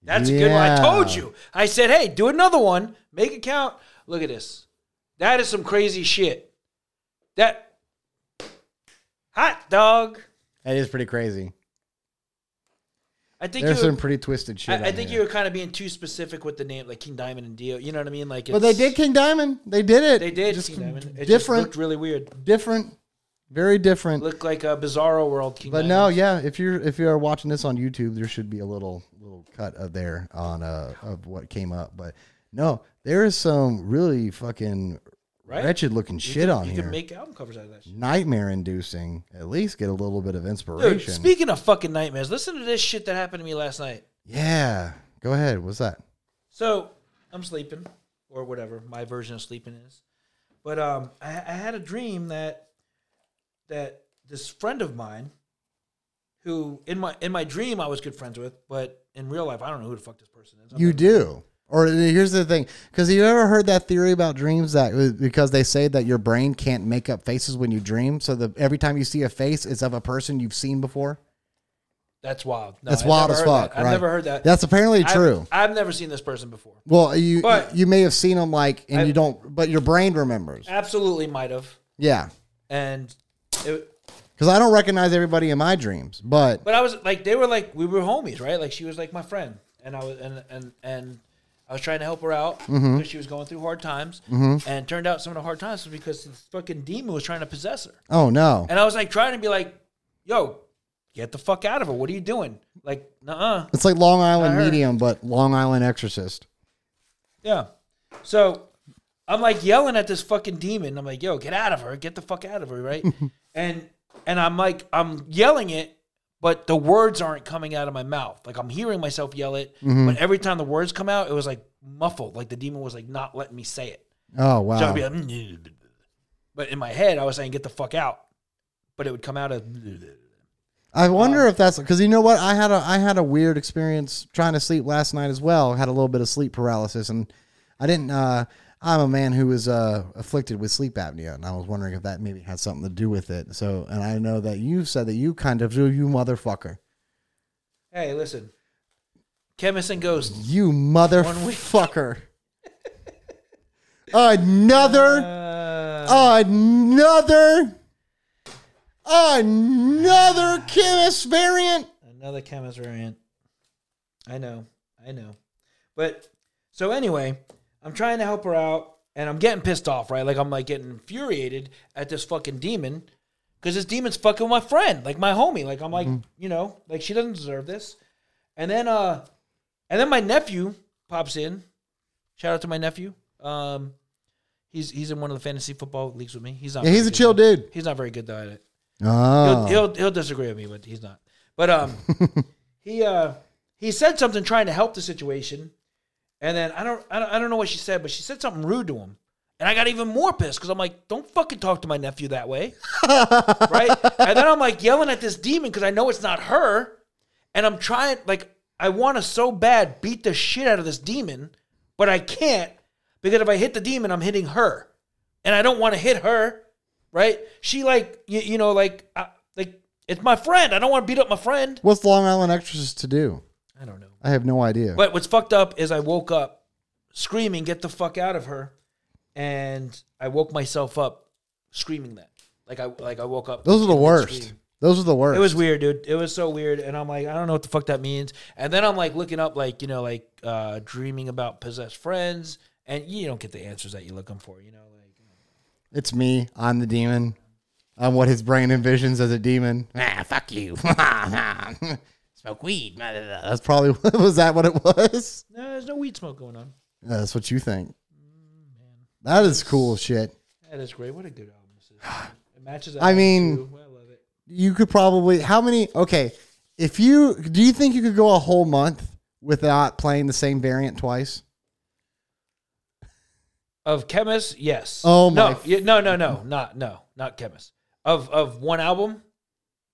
Speaker 2: That's a good one. I
Speaker 1: Yeah.
Speaker 2: told you. I said, hey, do another one. Make it count. Look at this. That is some crazy shit. That hot dog.
Speaker 1: that is pretty crazy.
Speaker 2: I think
Speaker 1: There's
Speaker 2: you.
Speaker 1: some pretty twisted shit.
Speaker 2: I, I
Speaker 1: on
Speaker 2: think
Speaker 1: here.
Speaker 2: you were kind of being too specific with the name, like King Diamond and Dio. You know what I mean? Like,
Speaker 1: But they
Speaker 2: it's-
Speaker 1: did King Diamond. They did it.
Speaker 2: They did.
Speaker 1: Just
Speaker 2: King Diamond. It
Speaker 1: different,
Speaker 2: Just looked really weird.
Speaker 1: different, very different.
Speaker 2: Looked like a Bizarro World King.
Speaker 1: But
Speaker 2: Diamond.
Speaker 1: no, yeah. If you're if you are watching this on YouTube, there should be a little little cut of there on uh of what came up. But no, there is some really fucking
Speaker 2: Right?
Speaker 1: wretched looking
Speaker 2: You
Speaker 1: shit
Speaker 2: could-
Speaker 1: on
Speaker 2: you
Speaker 1: here.
Speaker 2: can make album covers out of that. Shit.
Speaker 1: Nightmare inducing. At least get a little bit of inspiration.
Speaker 2: Dude, speaking of fucking nightmares, listen to this shit that happened to me last night.
Speaker 1: yeah. Go ahead. What's that?
Speaker 2: So I'm sleeping, or whatever my version of sleeping is. But um, I, I had a dream that that this friend of mine, who in my in my dream I was good friends with, but in real life I don't know who the fuck this person is. I'm
Speaker 1: You
Speaker 2: not-
Speaker 1: do. Or uh, here's the thing, because you ever heard that theory about dreams that uh, because they say that your brain can't make up faces when you dream, so the every time you see a face, it's of a person you've seen before.
Speaker 2: That's wild. No,
Speaker 1: That's
Speaker 2: I've
Speaker 1: wild
Speaker 2: never
Speaker 1: as
Speaker 2: heard that.
Speaker 1: fuck.
Speaker 2: I've
Speaker 1: right?
Speaker 2: never heard that.
Speaker 1: That's apparently true.
Speaker 2: I've, I've never seen this person before.
Speaker 1: well, you
Speaker 2: But-
Speaker 1: you may have seen them like, and you
Speaker 2: I've-
Speaker 1: don't, but your brain remembers.
Speaker 2: Absolutely might have,
Speaker 1: Yeah,
Speaker 2: and it,
Speaker 1: because I don't recognize everybody in my dreams, but
Speaker 2: But I was like, they were like, we were homies, right? Like she was like my friend, and I was and and and I was trying to help her out because she was going through hard times, and it turned out some of the hard times was because this fucking demon was trying to possess her,
Speaker 1: oh no,
Speaker 2: and I was like trying to be like, yo, get the fuck out of her. What are you doing? Like, uh,
Speaker 1: it's like Long Island
Speaker 2: heard.
Speaker 1: Medium, but Long Island Exorcist.
Speaker 2: yeah. So I'm like yelling at this fucking demon. I'm like, yo, get out of her, get the fuck out of her, right? and and I'm like, I'm yelling it, but the words aren't coming out of my mouth. Like I'm hearing myself yell it, but every time the words come out, it was like muffled. Like the demon was like not letting me say it.
Speaker 1: Oh
Speaker 2: So I'd
Speaker 1: wow,
Speaker 2: be like, "Mm-mm-mm-mm-mm." but in my head, I was saying, get the fuck out. But it would come out of
Speaker 1: I wonder if that's because you know what I had a I had a weird experience trying to sleep last night as well. Had a little bit of sleep paralysis, and I didn't. Uh, I'm a man who was uh, afflicted with sleep apnea, and I was wondering if that maybe had something to do with it. So, and I know that you said that you kind of do, you motherfucker,
Speaker 2: hey, listen, chemist and ghost.
Speaker 1: you
Speaker 2: week.
Speaker 1: motherfucker, another,
Speaker 2: Uh,
Speaker 1: another, another chemist variant.
Speaker 2: Another chemist variant. I know. I know. But so anyway, I'm trying to help her out and I'm getting pissed off, right? Like I'm like getting infuriated at this fucking demon cuz this demon's fucking my friend, like my homie. Like I'm like,
Speaker 1: Mm-hmm.
Speaker 2: you know, like she doesn't deserve this. And then uh and then my nephew pops in. Shout out to my nephew. Um he's he's in one of the fantasy football leagues with me. He's not
Speaker 1: Yeah,
Speaker 2: very
Speaker 1: he's a
Speaker 2: good,
Speaker 1: chill
Speaker 2: though.
Speaker 1: dude.
Speaker 2: He's not very good though at it he'll,
Speaker 1: Oh.
Speaker 2: he'll he'll disagree with me, but he's not. But um, he uh he said something trying to help the situation, and then I don't I don't, I don't know what she said, but she said something rude to him, and I got even more pissed because I'm like, don't fucking talk to my nephew that way, right? And then I'm like yelling at this demon because I know it's not her, and I'm trying like I want to so bad beat the shit out of this demon, but I can't because if I hit the demon, I'm hitting her, and I don't want to hit her right? She like you, you know like I, like it's my friend. I don't want to beat up my friend.
Speaker 1: What's Long Island Exorcist to do?
Speaker 2: I don't know.
Speaker 1: I have no idea.
Speaker 2: But what's fucked up is I woke up screaming, "Get the fuck out of her!" And I woke myself up screaming that. Like I like I woke up.
Speaker 1: Those are the
Speaker 2: and
Speaker 1: worst.
Speaker 2: screamed.
Speaker 1: Those are the worst.
Speaker 2: It was weird, dude. It was so weird, and I'm like, I don't know what the fuck that means. And then I'm like looking up, like you know, like uh, dreaming about possessed friends, and you don't get the answers that you're looking for. You know, like
Speaker 1: It's me. I'm the demon. I'm what his brain envisions as a demon. Ah, fuck you. Smoke weed. Blah, blah, blah. That's probably what was that what it was?
Speaker 2: no, there's no weed smoke going on.
Speaker 1: Yeah, that's what you think. That is cool shit.
Speaker 2: That is great. What a good album this is. It matches.
Speaker 1: I mean-
Speaker 2: too. I love it.
Speaker 1: You could probably how many? Okay, if you do, you think you could go a whole month without playing the same variant twice?
Speaker 2: Of Chemist, yes.
Speaker 1: Oh my
Speaker 2: No,
Speaker 1: f-
Speaker 2: yeah, no, no, no, not no, not Chemist. Of of one album,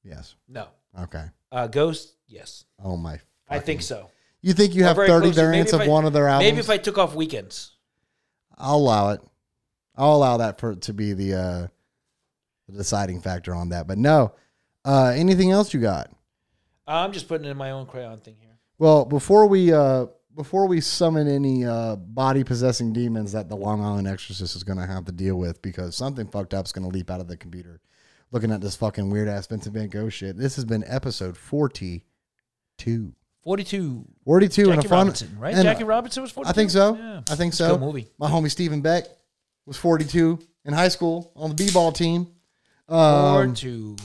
Speaker 1: Yes.
Speaker 2: no.
Speaker 1: Okay.
Speaker 2: Uh, Ghost, Yes,
Speaker 1: Oh my!
Speaker 2: I think so.
Speaker 1: You think you have
Speaker 2: very
Speaker 1: thirty
Speaker 2: close to- maybe
Speaker 1: variants
Speaker 2: if
Speaker 1: of
Speaker 2: I-
Speaker 1: one of their albums?
Speaker 2: Maybe if I took off weekends.
Speaker 1: I'll allow it. I'll allow that for it to be the uh, the deciding factor on that. But no, uh, anything else you got?
Speaker 2: Uh, I'm just putting it in my own crayon thing here.
Speaker 1: Well, before we uh, before we summon any uh, body possessing demons that the Long Island Exorcist is going to have to deal with, because something fucked up is going to leap out of the computer, looking at this fucking weird ass Vincent Van Gogh shit. This has been episode forty two.
Speaker 2: 42.
Speaker 1: 42 and
Speaker 2: Jackie
Speaker 1: a fun
Speaker 2: Robinson, right?
Speaker 1: and
Speaker 2: Jackie Robinson was 42.
Speaker 1: I think so.
Speaker 2: Yeah.
Speaker 1: I think
Speaker 2: It's a
Speaker 1: so.
Speaker 2: good movie.
Speaker 1: My homie Stephen Beck was 42 in high school on the b-ball team. Um,
Speaker 2: 42.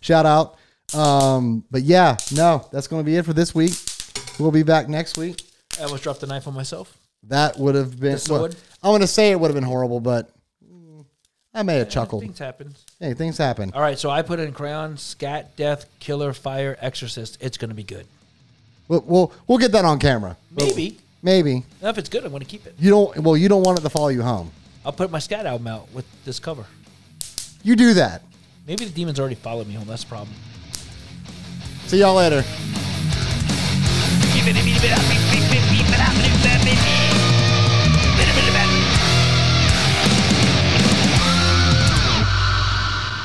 Speaker 1: shout out. Um, but yeah, no, that's going to be it for this week. We'll be back next week.
Speaker 2: I almost dropped the knife on myself.
Speaker 1: That would have been.
Speaker 2: The sword?
Speaker 1: I'm going to say it would have been horrible, but mm, I may have chuckled.
Speaker 2: Things happen.
Speaker 1: Hey, things happen.
Speaker 2: All right, so I put in crayon, scat, death, killer, fire, exorcist. It's going to be good.
Speaker 1: We'll, we'll we'll get that on camera.
Speaker 2: Maybe.
Speaker 1: Maybe
Speaker 2: Now, if it's good, I'm going to keep it.
Speaker 1: you don't. Well, you don't want it to follow you home.
Speaker 2: I'll put my scat album out with this cover.
Speaker 1: You do that.
Speaker 2: Maybe the demons already followed me home. That's the problem.
Speaker 1: See y'all later.
Speaker 3: Give it, give it, give it, give it.